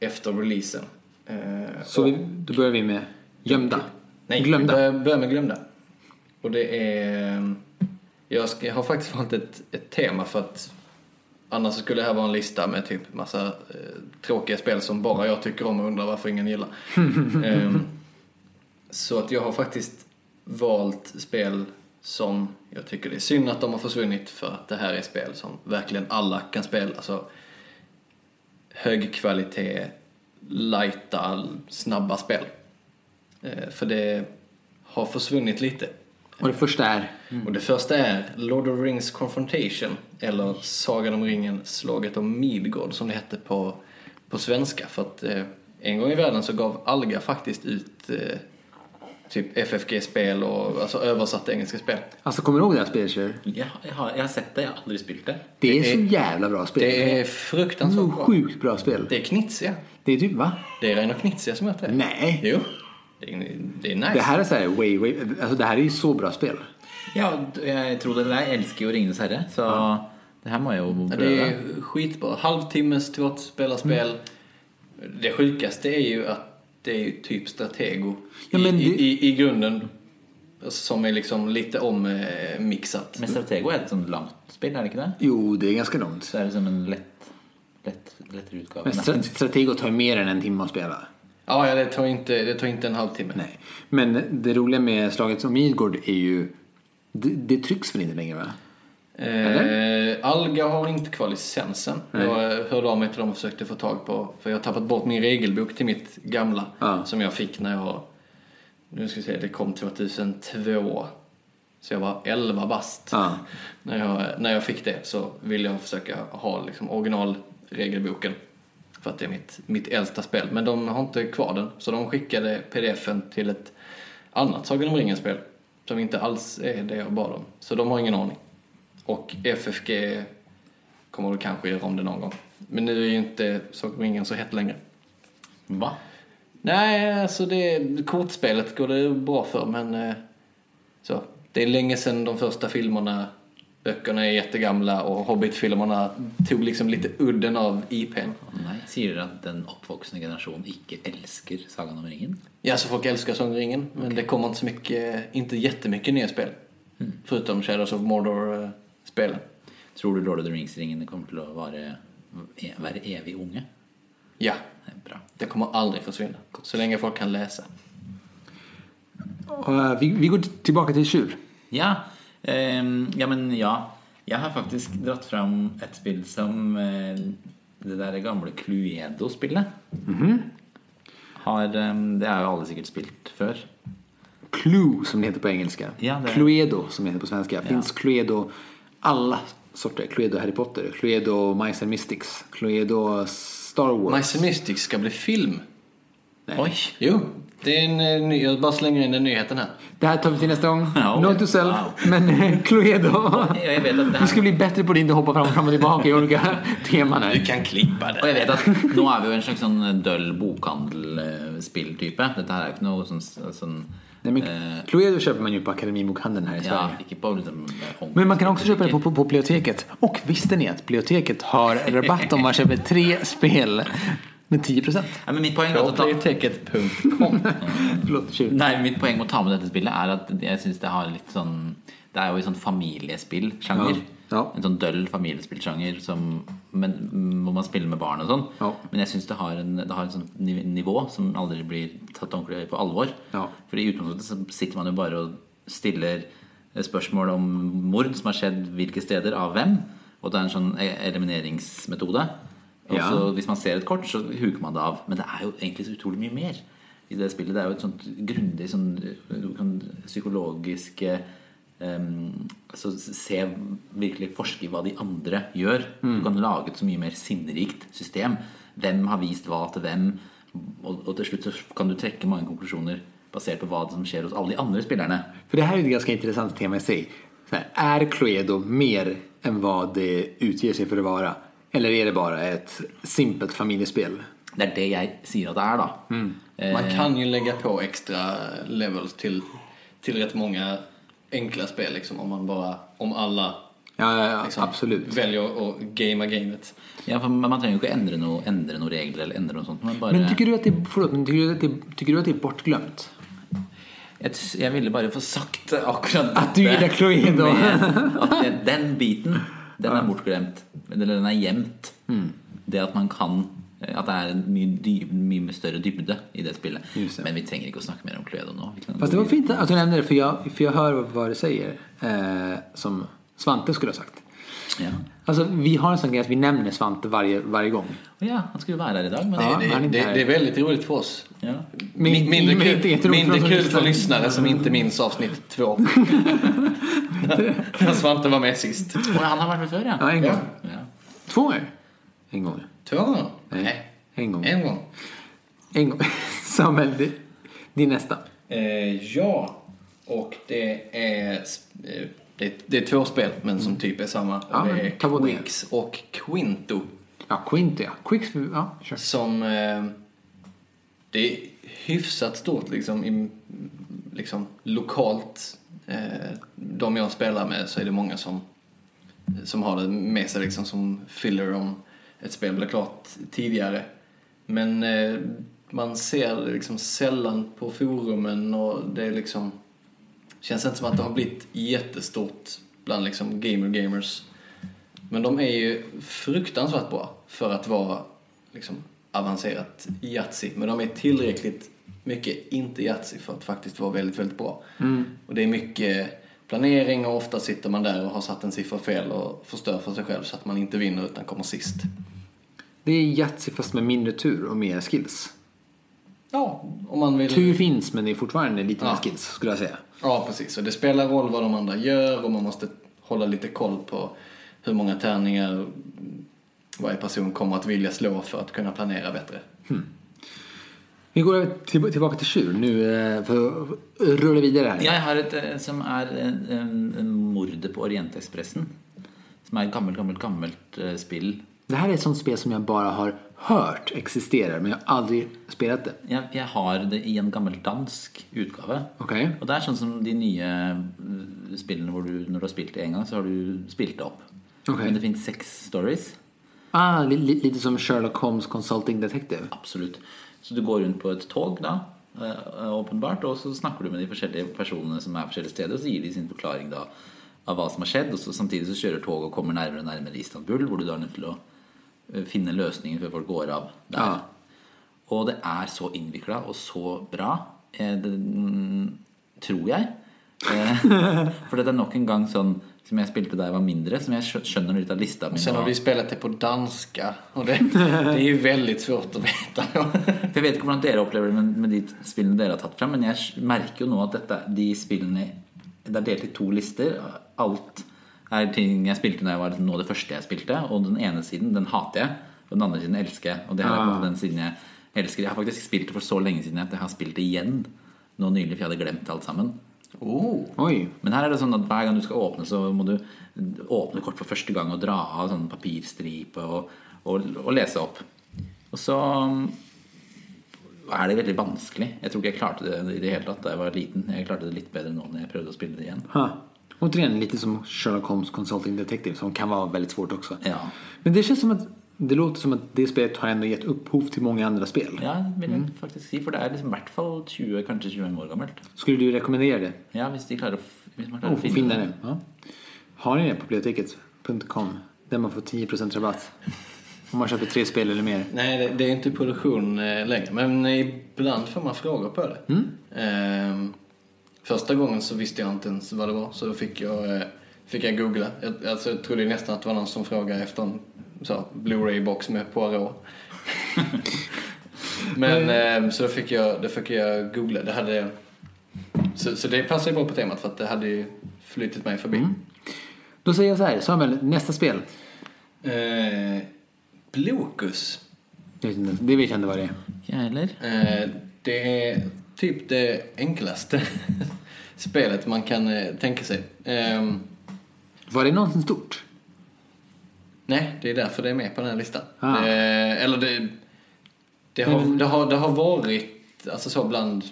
efter releasen. Eh,
Så
och-
vi, då börjar vi med gömda.
nej,
Glömda.
Börja, börja med glömda. Och det är... ehm, Jag, ska, jag har faktiskt valt ett, ett tema för att annars skulle det här vara en lista med typ massa eh, tråkiga spel som bara jag tycker om och undrar varför ingen gillar. Ehm, så att jag har faktiskt valt spel som jag tycker det är synd att de har försvunnit för att det här är spel som verkligen alla kan spela. Alltså, hög kvalitet, lighta, snabba spel. Eh, För det har försvunnit lite.
Och det första är...
Och det första är Lord of the Rings Confrontation, eller Sagan om ringen, slaget om Midgård som det hette på, på svenska. För att eh, en gång i världen så gav Alga faktiskt ut eh, typ FFG-spel och alltså översatta engelska spel.
Alltså kommer du ihåg det här spelet? Kjell?
Jeg, jeg, har, jeg har sett det, jeg har aldri spilt det.
Det är så jävla bra spel.
Det är
så
fruktansvärt bra.
sjukt bra spel.
Det är Knizia.
Det är typ, va?
Det är Reino Knizia som heter det.
Nej.
Jo. Det är, det är nice.
Det här är så här, way, way, alltså det här är ju så bra spel.
Ja, d- jeg tror det eller ei, jeg elsker jo 'Ringenes herre', så det her må jeg jo
Ja,
prøve.
Det är skitbra. Halvtimmes till att spela spel.
Mm.
Det sjukaste är ju att det är ju typ Stratego
Ja, men
i,
det-
i, i grunden. Som är liksom lite eh, ommixat.
Men Stratego er et sånt langt spill, er det ikke det?
Jo, det är ganska långt.
Så er det som en lett, lett, lettere utgave.
Men stra- Stratego tar mer än en timme att spela.
Ja, ja det, tar inte, det tar inte en halvtimme.
Nej. Men det roliga med slaget om Midgård är ju... Det, det trycks väl inte längre va?
Eh, Alga har inte kvar licensen. Jag eh, hörde av mig till dem och försökte få tag på. För jag har tappat bort min regelbok till mitt gamla.
Ja.
Som jag fick när jag... Nu ska vi se, det kom 2002. Så jag var 11 bast.
Ja.
när, jag, när jag fick det så ville jag försöka ha liksom originalregelboken. För att det är mitt, mitt äldsta spel. Men de har inte kvar den. Så de skickade pdfen till ett annat Sagan om ringen-spel. Som inte alls är det jag bad om. Så de har ingen aning. Och FFG kommer väl kanske göra om det någon gång. Men nu är ju inte Sagan om ringen så hett längre.
Hva?
Nej, alltså det, kortspelet går det bra för, men eh, så. Det är länge sedan de första filmerna, böckerna är jättegamla och Hobbit-filmerna tog liksom lite udden av IPn.
Nei, Sier dere at den oppvoksende generasjonen ikke elsker 'Sagan om ringen'?
Ja, så folk älskar Sagan om ringen, men det kommer inte så mycket, inte jättemycket nya spel. Förutom Shadows of Mordor-spelen.
Tror du Lord of the Rings-ringene kommer til å vare, e- være evig unge?
Ja,
Det er bra.
det kommer aldrig försvinna. Så länge folk kan läsa.
Och, eh, vi, vi går t- tillbaka till Tjur.
Ja, ehm, ja men ja. Jeg har faktisk dratt fram et spill som eh, det der gamle Cluedo-spillet.
Mhm.
har, ehm, det har jo alle sikkert spilt før.
Clue som det heter på engelska.
Ja, det är-
Cluedo som det heter på svenska. Finns Cluedo alla sorter. Cluedo Harry Potter, Cluedo Mice and Mystics, Cluedo Star Wars.
Mice and Mystics ska bli film.
Oi!
Jo, det är en eh, ny, jag bara slänger in den nyheten här.
Det här tar vi till nästa gång.
Ja, okej.
Note to self.
Wow.
Men eh, Cluedo.
Ja, jag vet att det här-
Du ska bli bättre på det inte hoppa fram och, fram og tillbaka i olika teman här.
kan klippa det.
Og jeg vet at nå er vi jo en slags sånn døll bokhandelspilltype. Dette her er jo ikke noe sånn, sånn
Nej, men Cluedo köper man ju på Akademibokhandeln här i Sverige.
Eh. Ja, ikke på liksom, hånd-
Men man kan också köpa det på, på, på biblioteket. Och visste ni att biblioteket har rabatt om man köper tre spel Med 10 procent.
Nei, men mitt poeng er at å ta...
Playteket.com.
Förlåt, tjur.
Nei, mitt poeng med å ta med dette spillet er at jeg synes det har litt sånn Det er jo i sånn familiespillsjanger.
Ja, ja.
En sånn døll familiespillsjanger som men, mm, hvor man spiller med barn og sånn.
Ja.
Men jeg syns det har en, det har en sånn niv- nivå som aldri blir tatt ordentlig på alvor.
Ja.
For i utgangspunktet så sitter man jo bare og stiller spørsmål om mord som har skjedd hvilke steder, av hvem. Og det er en sånn e- elimineringsmetode. Og
Ja.
så hvis man ser et kort, så huker man det av. Men det er jo egentlig så utrolig mye mer i det spillet. Det er jo et sånt grundig sånn, du kan psykologisk eh, em, altså, Se virkelig forske i hva de andre gjør.
Mm.
Du kan lage et så mye mer sinnrikt system. Hvem har vist hva til hvem? Og, og til slutt så kan du trekke mange konklusjoner basert på hva som skjer hos alle de andre spillerne.
För det här är ett ganska intressant tema i sig. Så här, är Cluedo mer än vad det utger sig för att vara? Eller är det bara ett simpelt familjespel?
Det er det jeg sier at det er, da.
Mm.
Eh,
Man kan ju lägga på extra levels till, till rätt många enkla spel liksom, om man bara, om alla
Ja, ja, ja
liksom,
absolut.
väljer att gamea gamet.
ja, for man man trenger jo ikke endre noe- endre noen regler eller endre noe sånt. Man bare...
Men tycker du att det, förlåt, men tycker du att det, tycker du att det är bortglömt?
Jeg, tys- jeg ville bare få sagt akkurat
At du gillar Cluedo.
at det- den biten, den er bortglemt. Eller den er gjemt.
Mm.
Det at man kan eh, At det er en mye, dyp, mye større dybde i det spillet.
Just det.
Men vi trenger ikke å snakke mer om Cluedo nå. Vi kan
Fast det
gå
var fint att du nämnde det för jag, för jag hör vad du säger. Eh, som Svante skulle ha sagt.
videre. Ja.
Alltså vi har en sån grej att vi nämner Svante varje, varje gång.
Å ja, han skulle være her i dag, men
Ja,
det,
han är
det,
inte här.
det, det är väldigt roligt för oss.
ja.
Men
Min-
inte-
mindre
men
kul,
inte jätteroligt
mindre
för oss som
kul
lyssnar.
för lyssnare som inte minns avsnitt två. När Svante var med sist.
Å, ja, han har vært med før, ja.
Ja, en gång.
ja.
Två gånger. En gång.
Två gånger?
Nej. En gång.
En gång.
En gång. Samuel, det- din nästa.
Eh, ja, och det är, sp- eh, det, det är två spel men som typ är samma.
Mm. Ja,
och det
men
är
ta både.
Quicks och Quinto.
Ja, Quinto ja. Quicks, ja, kör.
Som... Eh, det är hyfsat stort liksom, i, liksom lokalt. Eh, de jag spelar med så är det många som, som har det med sig liksom, som filler om ett spel blir klart tidigare. Men eh, man ser det liksom sällan på forumen och det är liksom känns inte som att det har blivit jättestort bland liksom gamer gamers. Men de är ju fruktansvärt bra för att vara liksom avancerat Yatzy. Men de är tillräckligt mycket inte Yatzy för att faktiskt vara väldigt, väldigt bra. Och det är mycket planering och ofta sitter man där och har satt en siffra fel och förstör för sig själv så att man inte vinner utan kommer sist.
Det är Yatzy fast med mindre tur och mer skills.
Ja, om man vill.
Tur finns men det är fortfarande lite mer
Ja.
skills skulle jag säga.
Ja, precis. Och det spelar roll vad de andra gör och man måste hålla lite koll på hur många tärningar varje person kommer att vilja slå för att kunna planera bättre.
Vi går över till, tillbaka till tjur nu eh, för att rulla vidare här.
Ja, jeg har et eh, som er eh, em, mordet på Orientekspressen. Som er et gammelt, gammelt, gammelt eh, spill.
Det här är ett sånt spel som jag bara har hört existerar men jag har aldrig spelat det.
Jeg, jeg har det i en gammel dansk utgave.
Okej.
Og det er sånn som de nye eh, spillene hvor du, når du har spilt det en gang, så har du spilt det opp.
Ok.
Men det fins seks stories.
Ah, li, li, lite som Sherlock Holmes Consulting Detective.
Absolutt. Så du går rundt på et tog, da, eh, åpenbart, og så snakker du med de forskjellige personene som er forskjellige steder, og så gir de sin forklaring da av hva som har skjedd. Og så samtidig så kjører toget og kommer nærmere og nærmere Istanbul, hvor du da er nødt til å eh, finne løsninger før folk går av der.
Ja.
Og det er så innvikla og så bra, eh, det, mm, tror jeg. Eh, For det er nok en gang sånn som jeg spilte da jeg var mindre, som jeg skjø- skjønner litt av lista mi.
Sen
nå.
har du ju spelat det på danska och det, det är ju väldigt svårt att veta.
For jeg vet ikke hvordan dere opplever det med, med de spillene dere har tatt fram, men jeg s- merker jo nå at dette, de spillene Det er delt i to lister. Alt er ting jeg spilte da jeg var nå det første jeg spilte, og den ene siden, den hater jeg, og den andre siden elsker jeg. Og det har jeg på en måte den siden jeg elsker. Jeg har faktisk spilt det for så lenge siden at jeg har spilt det igjen nå nylig, for jeg hadde glemt alt sammen.
Oh.
Oj.
Men her er det sånn at hver gang du skal åpne, så må du åpne kort for første gang og dra av sånn papirstripe og, og, og lese opp. Og så er det veldig vanskelig. Jeg tror ikke jeg klarte det i det hele tatt da jeg var liten. Jeg klarte det litt bedre nå når jeg prøvde å spille det igjen.
Ha. Återigen lite som Sherlock Holmes Consulting Detective som kan vara väldigt svårt också.
Ja.
Men det känns som att Det låter som att det spelet har ändå gett upphov till många andra spel.
Ja, det vil jeg
Mm.
faktisk si. For det er liksom i hvert fall 20, kanskje 21 år gammelt.
Skulle du rekommendera det?
Ja, hvis, de klarer å, f- hvis man klarer
Och Oh, finna det. Ja. Har ni det på biblioteket.com? Där man får 10% rabatt. Om man köper tre spel eller mer.
Nej, det, det är inte i produktion eh, längre. Men ibland får man frågor på det. Ehm, första gången så visste jag inte ens vad det var. Så då fick jag, eh, fick jag googla. Jag, alltså, jag trodde nästan att det var någon som frågade efter en så här, Blu-ray-box med Poirot. Men ehm, så då fick, jag, då fick jag googla. Det hade, så, så det passar ju bra på temat för att det hade ju flyttat mig förbi.
Då säger jag så här, Samuel, nästa spel.
Eh, Blokus.
Jag vet inte, Det vet jag inte vad det är.
Ikke jeg heller.
Eh, Det är typ det enklaste spelet man kan eh, tänka sig. Ehm,
Var det någonsin stort?
Nej, det är därför det är med på den här listan.
Ah.
Det, eller det, det, har, det, har, det har varit, alltså så bland...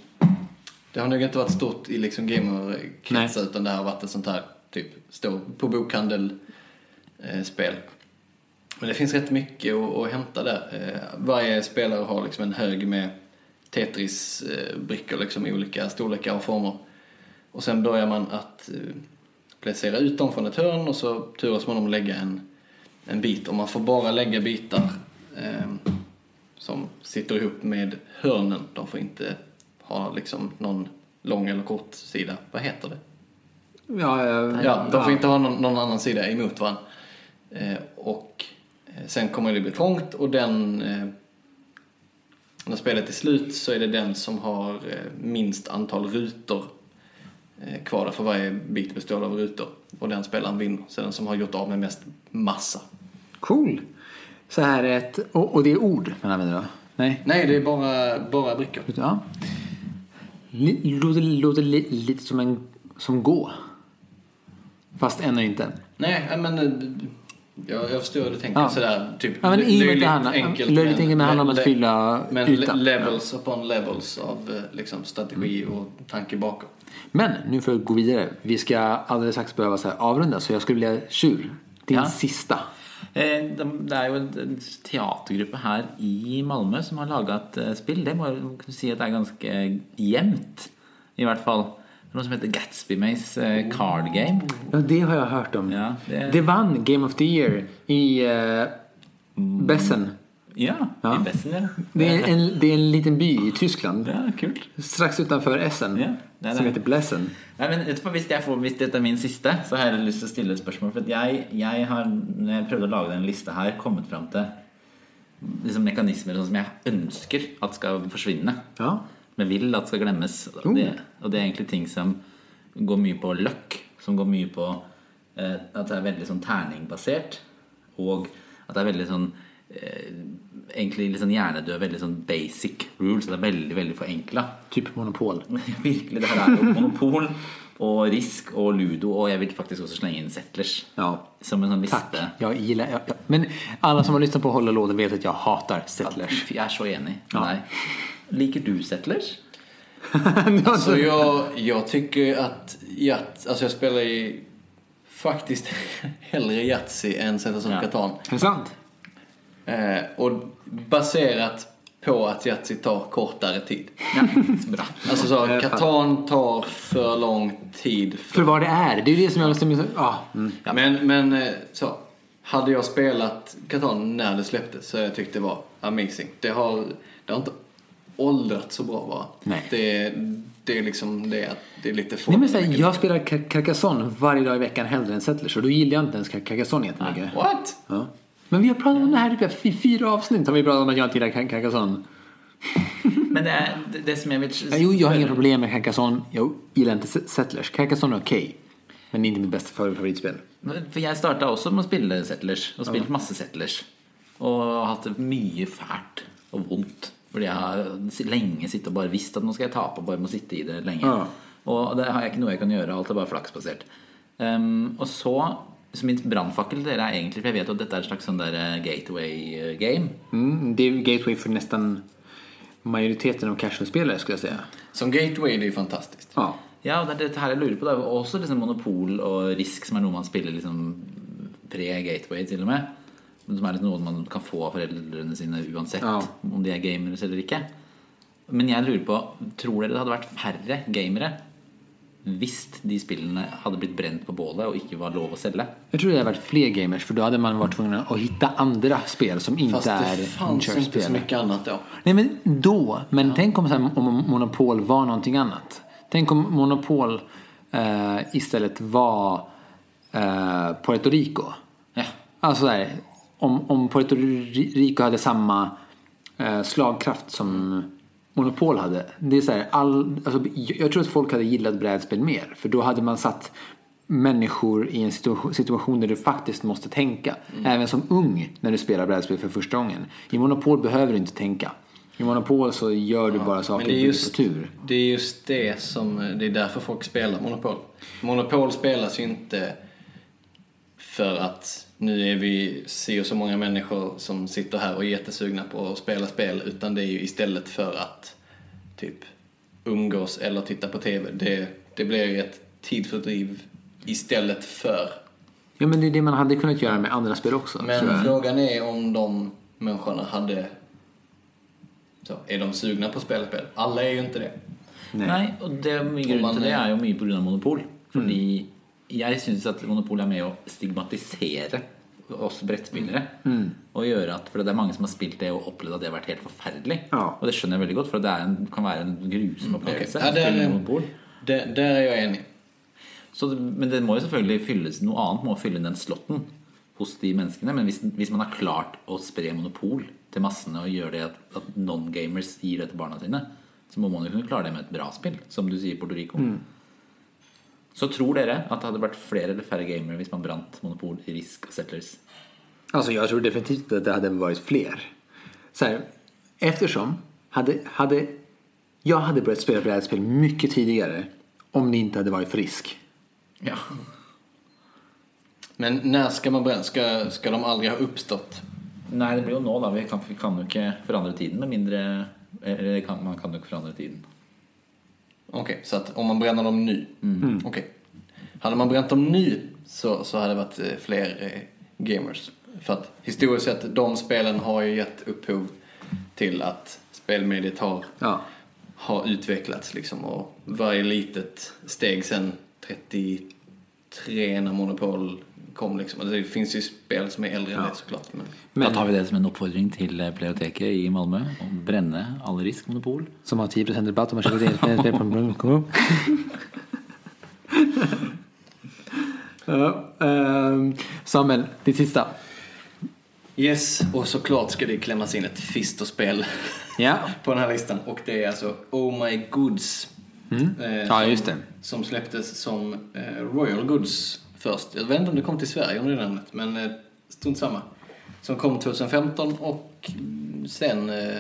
Det har nog inte varit stort i liksom gamerkretsar utan det har varit ett sånt här typ stå på bokhandel eh, spel. Men det finns rätt mycket att, att hämta där. Eh, varje spelare har liksom en hög med Tetris-brickor liksom i olika storlekar och former. Och sen börjar man att eh, placera ut dem från ett hörn och så turas man om att lägga en, en bit. Och man får bara lägga bitar eh, som sitter ihop med hörnen. De får inte ha liksom någon lång eller kort sida. Vad heter det?
Ja, jag-
Ja, de får inte ha någon, någon annan sida emot varandra. Eh, och eh, sen kommer det bli trångt och den... Eh, när spelet är slut så är det den som har eh, minst antal rutor eh, kvar. där, För varje bit består av rutor. Och den spelaren vinner. Så den som har gjort av med mest massa.
Cool. Så här är ett... Och, och det är ord man använder då? Nej.
Nej, det är bara, bara brickor.
Ja. Li- Låter, låter li, lite som en... Som gå. Fast ännu inte.
Nej, nej, men... eh, Jag, jag förstår hur du tänker.
Ja.
Sådär, typ,
Ja, men i och med att det
löjligt
handlar- löjligt enkelt, men det handlar om att
le-
fylla
Men
yta.
le- levels upon levels av eh, liksom, strategi
Mm.
och tanke bakom.
Men nu får jag gå vidare. Vi ska alldeles strax behöva så här avrunda så jag skulle vilja tjur. Din
Ja.
sista.
Eh, de- Det er jo en- en teatergruppe her i Malmö som har laga et eh, spill. Det må jeg kunne si at det er ganske jevnt, i hvert fall. Det er Noe som heter Gatsby Maze eh, Card Game.
Ja, det har jag hört om.
Ja,
det...
det-
vann Game of the Year i eh, Bessen.
Ja,
Ja.
i Bessen, ja.
Det är, en, det är en liten by i Tyskland.
Ja, kult.
Strax utanför Essen.
Ja, det är
Som
det.
heter Blessen.
Nei, men vet du hva, hvis, jeg får, hvis dette er min siste, så har jeg lyst til å stille et spørsmål. For at jeg, jeg har, når jeg prøvde å lage denne lista her, kommet fram til liksom, mekanismer sånn som jeg ønsker at skal forsvinne.
Ja.
Men vil at skal glemmes. Og det, og det er egentlig ting som går mye på løkk. Som går mye på eh, at det er veldig sånn terningbasert. Og at det er veldig sånn eh, liksom Egentlig litt sånn hjernedød, veldig sånn basic rules. Det er veldig, veldig forenkla.
Typ Monopol.
Virkelig, det her er jo monopol og risk og ludo, og jeg vil faktisk også slenge inn Settlers.
Ja.
Som en sånn
Tack.
liste.
Jag gillar... Ja, ja. Men alla som har lyssnat på Hålla lådan vet att jag hatar Settlers.
Fy, Jeg er så enig. Nei. Liker du Settlers?
Alltså-
Så jag, jag tycker att Yat, alltså jag spelar ju faktiskt hellre Yatzy än Settlers of
Ja.
Catan.
Är det sant?
Eh, och baserat på att Yatzy tar kortare tid.
Ja, så bra.
Alltså så, Catan tar för lång tid
För vad det är. Det är ju det som jag måste... Ja. Mm.
Men, men eh, så. Hade jag spelat Catan när det släpptes så jag tyckte det var amazing. Det har, det har inte åldrats så bra bara.
Nej.
Det, det är liksom det att det är lite få.
Nej, men så här, jag spelar Car- Carcassonne varje dag i veckan hellre än Settlers och då gillar jag inte ens Car- Carcassonne jättemycket.
What?
Ja. Men vi har pratat om det här i typ i fyra avsnitt har vi pratat om att jag inte gillar Car- Carcassonne.
Men det, er, det, det som jeg vil
Ja, Jo, jag har inga problem med Carcassonne. Jag gillar inte Se- Settlers. Carcassonne är okej. Men det är inte mitt bästa favor- favoritspel.
For jeg starta også med å spille Settlers, og spilt masse Settlers. Og hatt det mye fælt og vondt. Fordi jeg har lenge sittet og bare visst at nå skal jeg tape og bare må sitte i det lenge.
Ja.
Og det har jeg ikke noe jeg kan gjøre, alt er bare flaksbasert. Ehm, og så så min brannfakkel til dere er egentlig For jeg vet jo at dette er et slags sånn der eh, gateway eh, game.
Mm, det är ju gateway för nästan majoriteten av casual-spelare skulle jag säga.
Som Gateway, det är ju fantastiskt.
Ja.
Ja, og det er dette her jeg lurer på. Det er jo også liksom monopol og risk som er noe man spiller liksom pre-gateway, til og med. Men som er liksom noe man kan få av foreldrene sine uansett
Ja.
om de er gamere eller ikke. Men jeg lurer på, tror dere det hadde vært færre gamere hvis de spillene hadde blitt brent på bålet og ikke var lov å selge?
Jag tror det hade varit fler gamers för då hade man varit tvungen att hitta andra spel som inte
Fast det
är
fanns inte så
inkörsspel.
mycket annat då.
Nej men då, men tänk om, så här, om Monopol var någonting annat. Tänk om Monopol eh, istället var eh, Puerto Rico.
Ja.
Alltså så här, om, om Puerto Rico hade samma eh, slagkraft som Monopol hade. Det är så här, all, alltså, jag jag tror att folk hade gillat brädspel mer. För då hade man satt människor i en situation, situation där du faktiskt måste tänka.
Mm.
Även som ung när du spelar brädspel för första gången. I Monopol behöver du inte tänka. I Monopol så gör du bara saker
Men det är,
just...
just,
på tur.
det är just det som, det är därför folk spelar Monopol. Monopol spelas ju inte för att nu är vi si och så många människor som sitter här och är jättesugna på att spela spel utan det är ju istället för att typ umgås eller titta på TV. Det, det blir ju ett tidsfördriv istället för.
Ja men det är det man hade kunnat göra med andra spel också. tror
Men
jag.
frågan är om de människorna hade så, är de sugna på spelspel? Alla är ju inte det.
Nei, og det, mye
Om
grunnen
man- Mm.
til det er jo mye pga. monopol. Fordi jeg syns at monopol er med å stigmatisere oss brettspillere.
Mm.
Og gjøre at, for det er mange som har spilt det og opplevd at det har vært helt forferdelig.
Ja.
Og det skjønner jeg veldig godt, for det er en, kan være en grusom
Mm. Okej.
opplevelse.
Ja,
å spille
där,
monopol.
där, där är jag enig.
Så, det- men det må jo selvfølgelig fylles noe annet må fylle den slotten hos de menneskene. Men hvis, hvis man har klart å spre monopol til massene og gjøre det at, at non-gamers gir det til barna sine, så må man jo kunne klare det med et bra spill, som du sier i Puerto Rico. Så tror dere at det hadde vært flere eller færre gamere hvis man brant monopol, risk og settlers?
Alltså jag tror definitivt att det hade varit fler. Så här, eftersom hade, hade, jag hade börjat spela brädspel mycket tidigare om det inte hade varit för risk.
Ja.
Men när ska man bränna? Ska, ska de aldrig ha uppstått?
Nei, det blir jo nå, da. Vi kan, vi kan jo ikke forandre tiden med mindre Eller kan, man kan jo ikke forandre tiden.
Okej, så att om man bränner dem nu. Okej. Hade man bränt dem nu så, så hade det varit eh, fler eh, gamers. För att historiskt sett, de spelen har ju gett upphov till att spelmediet har,
Ja.
har utvecklats liksom. Och varje litet steg sen 33 när Monopol kom liksom. Alltså, det finns ju spel som är äldre än det såklart. Men...
da tar vi det som en oppfordring til Pleoteket i Malmö om å brenne alle risk-monopol.
Som har 10% rabatt om man köper ett eget spel på Blomkom. Ja, ehm, Samuel, ditt sista.
Yes, och såklart ska det klämmas in ett fisterspel
Ja.
på den här listan. Och det är alltså Oh My Goods. eh,
Mm. Ja,
som-
just det.
Som släpptes som eh, Royal Goods först. Jag vet inte om det kom till Sverige under det namnet, men eh, strunt samma. Som kom 2015 och sen eh,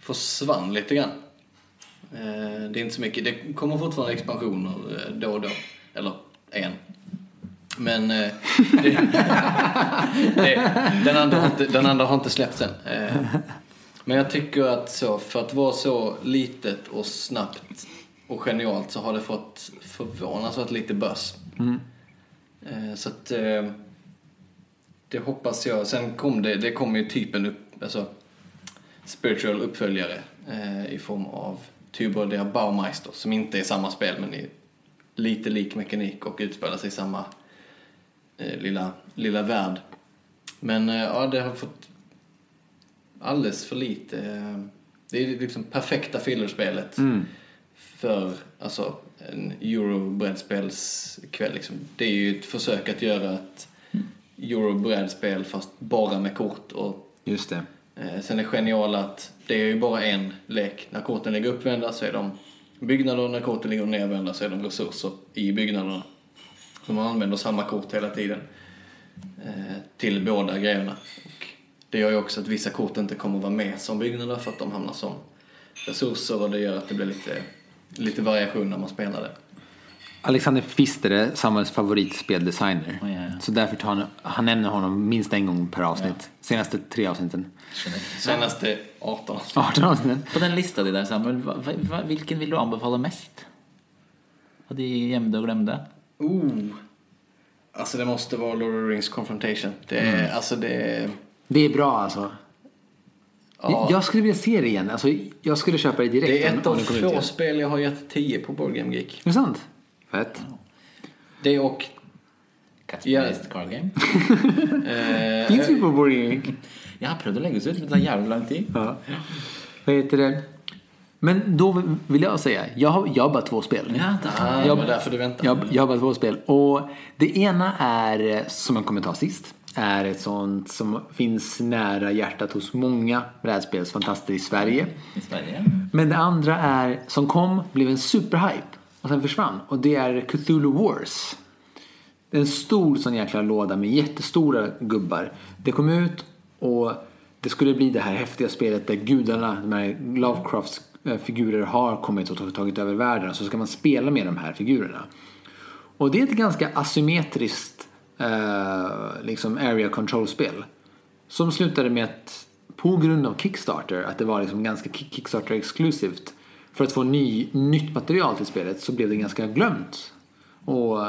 försvann lite grann. Eh, det är inte så mycket. Det kommer fortfarande expansioner eh, då och då. Eller en. Men eh, det, det, den, andra har inte, den andra har inte släppts än. Eh, men jag tycker att så, för att vara så litet och snabbt och genialt så har det fått förvånansvärt lite buzz. Eh, Så att eh, det hoppas jag. Sen kom det, det kom ju typ en upp, alltså, spiritual uppföljare eh, i form av Tubor der Baumeister som inte är samma spel men är lite lik mekanik och utspelar sig i samma eh, lilla, lilla värld. Men eh, ja, det har fått alldeles för lite. eh, Det är liksom perfekta fillerspelet för alltså, en eurobrädspelskväll. Liksom. Det är ju ett försök att göra ett eurobrädspel fast bara med kort. Och,
Just det.
eh, sen är det geniala att det är ju bara en lek. När korten ligger uppvända så är de byggnader, när korten ligger nedvända så är de resurser i byggnaderna. Så man använder samma kort hela tiden eh, till båda grejerna. Och det gör ju också att vissa kort inte kommer vara med som byggnader för att de hamnar som resurser och det gör att det blir lite, lite variation när man spelar det.
Alexander Pfister är Samuels favoritspeldesigner.
Oj, ja, ja.
Så därför tar han, han nämner honom minst en gång per avsnitt. Senaste tre avsnitten.
Senaste 18
18 avsnitten.
På den lista di der, Samuel, hva, hva, hvilken vil du anbefale mest? Av de gjemte og glemte?
Mm. Oh. Alltså det måste vara Lord of the Rings Confrontation. Det är, alltså det är,
Det är bra alltså.
Ja.
Jag skulle vilja se det igen. Alltså, jag skulle köpa det direkt.
Det är
om-
ett
om
av
det kommer ut
få
igen.
spel jag har gett 10 på Board Game Geek.
Är det sant? Fett.
Det och... Ja.
Cast Card Game.
Eh,
Finns vi på Borging?
Jag har prøvd å legge oss ut, men det tar jævlig lang tid.
Ja. Vad heter det? Men då vill jag säga, jag har, jag har bara två spel.
Ja, det er.
ah, det var därför du väntade.
Jag, jag har bara två spel. Och det ena är, eh, som jag kommer ta sist, är ett sånt som finns nära hjärtat hos många brädspelsfantaster i Sverige.
I Sverige.
Men det andra är, som kom, blev en superhype och sen försvann. Och det är Cthulhu Wars. Det är en stor sån jäkla låda med jättestora gubbar. Det kom ut och det skulle bli det här häftiga spelet där gudarna, de här Lovecrafts eh, figurer har kommit och tagit över världen. Så ska man spela med de här figurerna. Och det är ett ganska asymmetriskt eh, liksom area control-spel. Som slutade med att på grund av Kickstarter, att det var liksom ganska kick- Kickstarter-exklusivt. För att få ny, nytt material till spelet så blev det ganska glömt. Och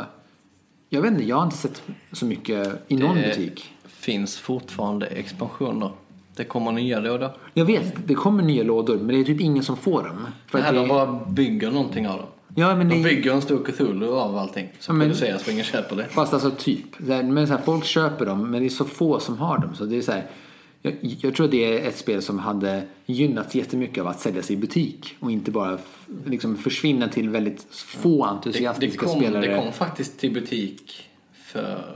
jag vet inte, jag har inte sett så mycket i någon
Det
butik.
eh, finns fortfarande expansioner. Det kommer nya då då.
Jag vet, det kommer nya lådor men det är typ ingen som får dem. För
Nej,
att
de
det,
bara bygger någonting av dem.
ja, men
De
det,
bygger en stor Cthulhu av allting som
Ja, men-
produceras för ingen köper det.
Fast alltså typ. Så här, Men så här, folk köper dem men det är så få som har dem. Så det är så här, jag, jag tror att det är ett spel som hade gynnats jättemycket av att säljas i butik och inte bara f- liksom försvinna till väldigt få
Mm. Det, det,
entusiastiska
kom,
spelare.
det kom faktiskt till butik för...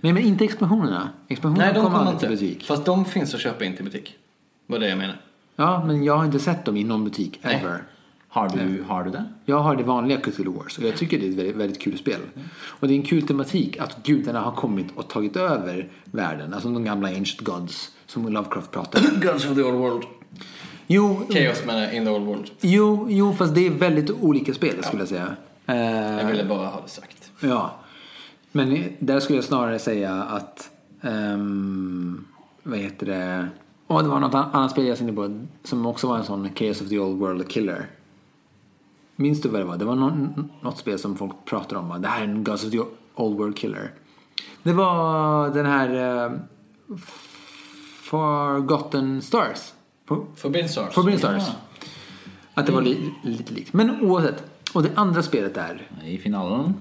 Nej men inte expansionerna. Expansionerna
Nej, de
kom
kom
aldrig
inte.
till butik.
Fast de finns att köpa in till butik. Var det jag menar.
Ja men jag har inte sett dem i någon butik
Nej.
ever.
Har du, har du det?
Jag har det vanliga Cthulhu Wars och jag tycker det är ett väldigt, väldigt kul spel. Och det är en kul tematik att gudarna har kommit och tagit över världen. Alltså de gamla Ancient Gods som Lovecraft pratar om.
Guns of the Old World.
Jo,
Chaos menar jag, in the Old World.
Jo, jo, fast det är väldigt olika spel skulle jag säga.
Jag
Eh,
ville bara ha det sagt.
ja. Men där skulle jag snarare säga att... ehm, vad heter det? Åh, det var något an- annat spel jag tänkte på som också var en sån Chaos of the Old World Killer. Minns du vad det var? Det var någon, något spel som folk pratade om. va? Det här är en Chaos of the Old World Killer. Det var den här eh, Forgotten Stars. På-
Forbidden Stars.
Forbidden Stars. Att det var li, lite likt. Men oavsett. Och det andra spelet är
I finalen.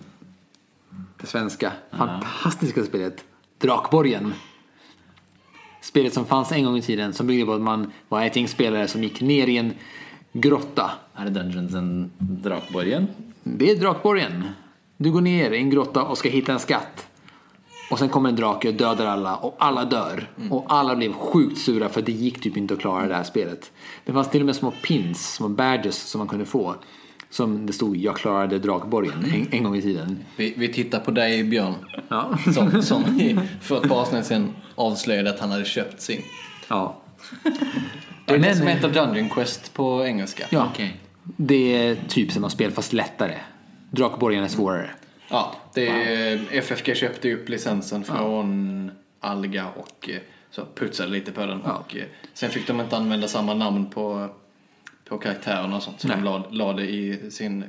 det svenska fantastiska spelet Drakborgen. Spelet som fanns en gång i tiden som byggde på att man var ett gäng spelare som gick ner i en grotta.
Er det Dungeons and Drakborgen?
Det är Drakborgen. Du går ner i en grotta och ska hitta en skatt. Och sen kommer en drake och dödar alla och alla dör. Och alla blev sjukt sura för det gick typ inte att klara det här spelet. Det fanns till och med små pins, små badges som man kunde få. Som det stod jag klarade Drakborgen en, en gång i tiden.
Vi, vi tittar på dig Björn.
Ja.
Som, som i- för ett par avsnitt sedan avslöjade att han hade köpt sin.
ja.
Det är det
Men-
som heter Dungeon Quest på engelska.
ja.
Okej.
Det är typ samma spel fast lättare. Drakborgen är svårare.
Ja, det är, FFG köpte upp licensen från Alga och eh, så putsade lite på den. Och, eh, sen fick de inte använda samma namn på, på karaktärerna och sånt. Så de la, la det i sin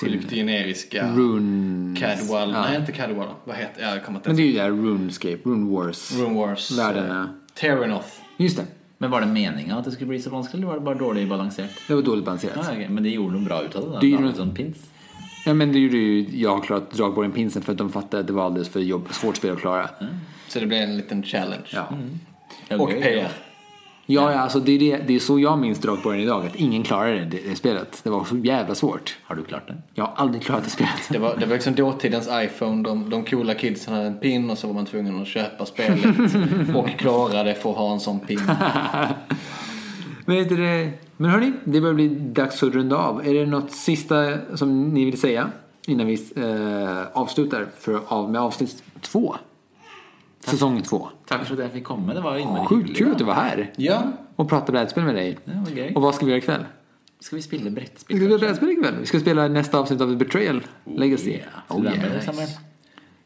sjukt generiska...
Runes.
Cadwall. Nej, inte Cadwall. Vad heter... Ja, jag kommer inte
Men
ens...
det är ju det här Runescape, Rune Wars.
Rune Wars.
Världarna.
eh, Terranoth.
Just det.
Men var det meningen att det skulle bli så vanskelig, eller var det bare dårlig balansert?
Det var dåligt balanserat.
Ja, ok, Men de gjorde noe bra ut av det. da.
De gjorde
Da var
noe-
det sånn pins.
Ja men det gjorde ju jag har klarat dragborgen pinsen för att de fattade att det var alldeles för jobb, svårt spel att klara.
Så det blev en liten challenge.
Ja.
Det var
Och
gøy.
PR.
Ja, ja alltså det är, det, det är så jag minns dragborgen idag, att ingen klarade det, det spelet. Det var så jävla svårt.
Har du klart det?
Jag har aldrig klarat det spelet.
Det var, det var liksom dåtidens iPhone. De, de coola kidsen hade en pin och så var man tvungen att köpa spelet. och klara det för att ha en sån pin.
Men, vet du det, men hörni, det börjar bli dags att runda av. Är det något sista som ni vill säga innan vi eh, avslutar för, av, med avsnitt två? Säsong två.
Takk for at jeg fikk komme. Det var jo innmari
Sjukt kul
hyggelig,
att du var här
Ja,
och pratade brädspel med dig.
Det var gøy.
Och vad ska vi göra ikväll?
Skal vi spille
Vi
brettspill?
ska spela
kanskje?
brädspel ikväll. Vi ska spela nästa avsnitt av The Betrayal Legacy.
Oh,
Oh,
Yeah. Så det er med det, Samuel.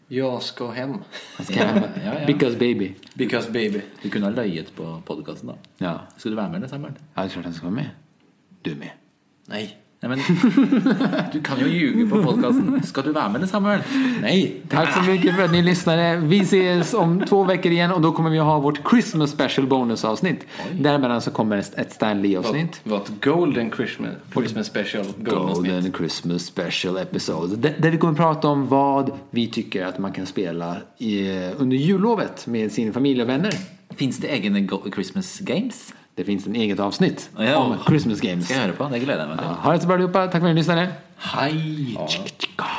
jag ska hem.
Ja, ja, ja.
Because baby.
Because baby.
Du kunne ha løyet på podkasten, da.
Ja,
Skulle du være med, eller, Samuel?
jag hade klart han ska vara med. Du är med.
Nej.
Nei, men, du kan jo ljuge på podkasten. Skal du være med eller, Samuel? Nej.
Tack så mycket för att ni lyssnade. Vi ses om två veckor igen och då kommer vi ha vårt Christmas special bonusavsnitt. Däremellan så kommer ett Stanley avsnitt.
Vårt Golden Christmas, Christmas Special. Golden, Smith.
Golden Christmas special episode. Där där vi kommer prata om vad vi tycker att man kan spela i, under jullovet med sin familj och vänner.
Fins det egne go- Christmas games?
Det finns en eget avsnitt
Ja.
om Christmas Games.
Skal jeg høre på? Det gleder jeg meg til.
Ha det så bra allihopa. Tack för att ni lyssnade.
Hej!
Tjick, tjick, tjick.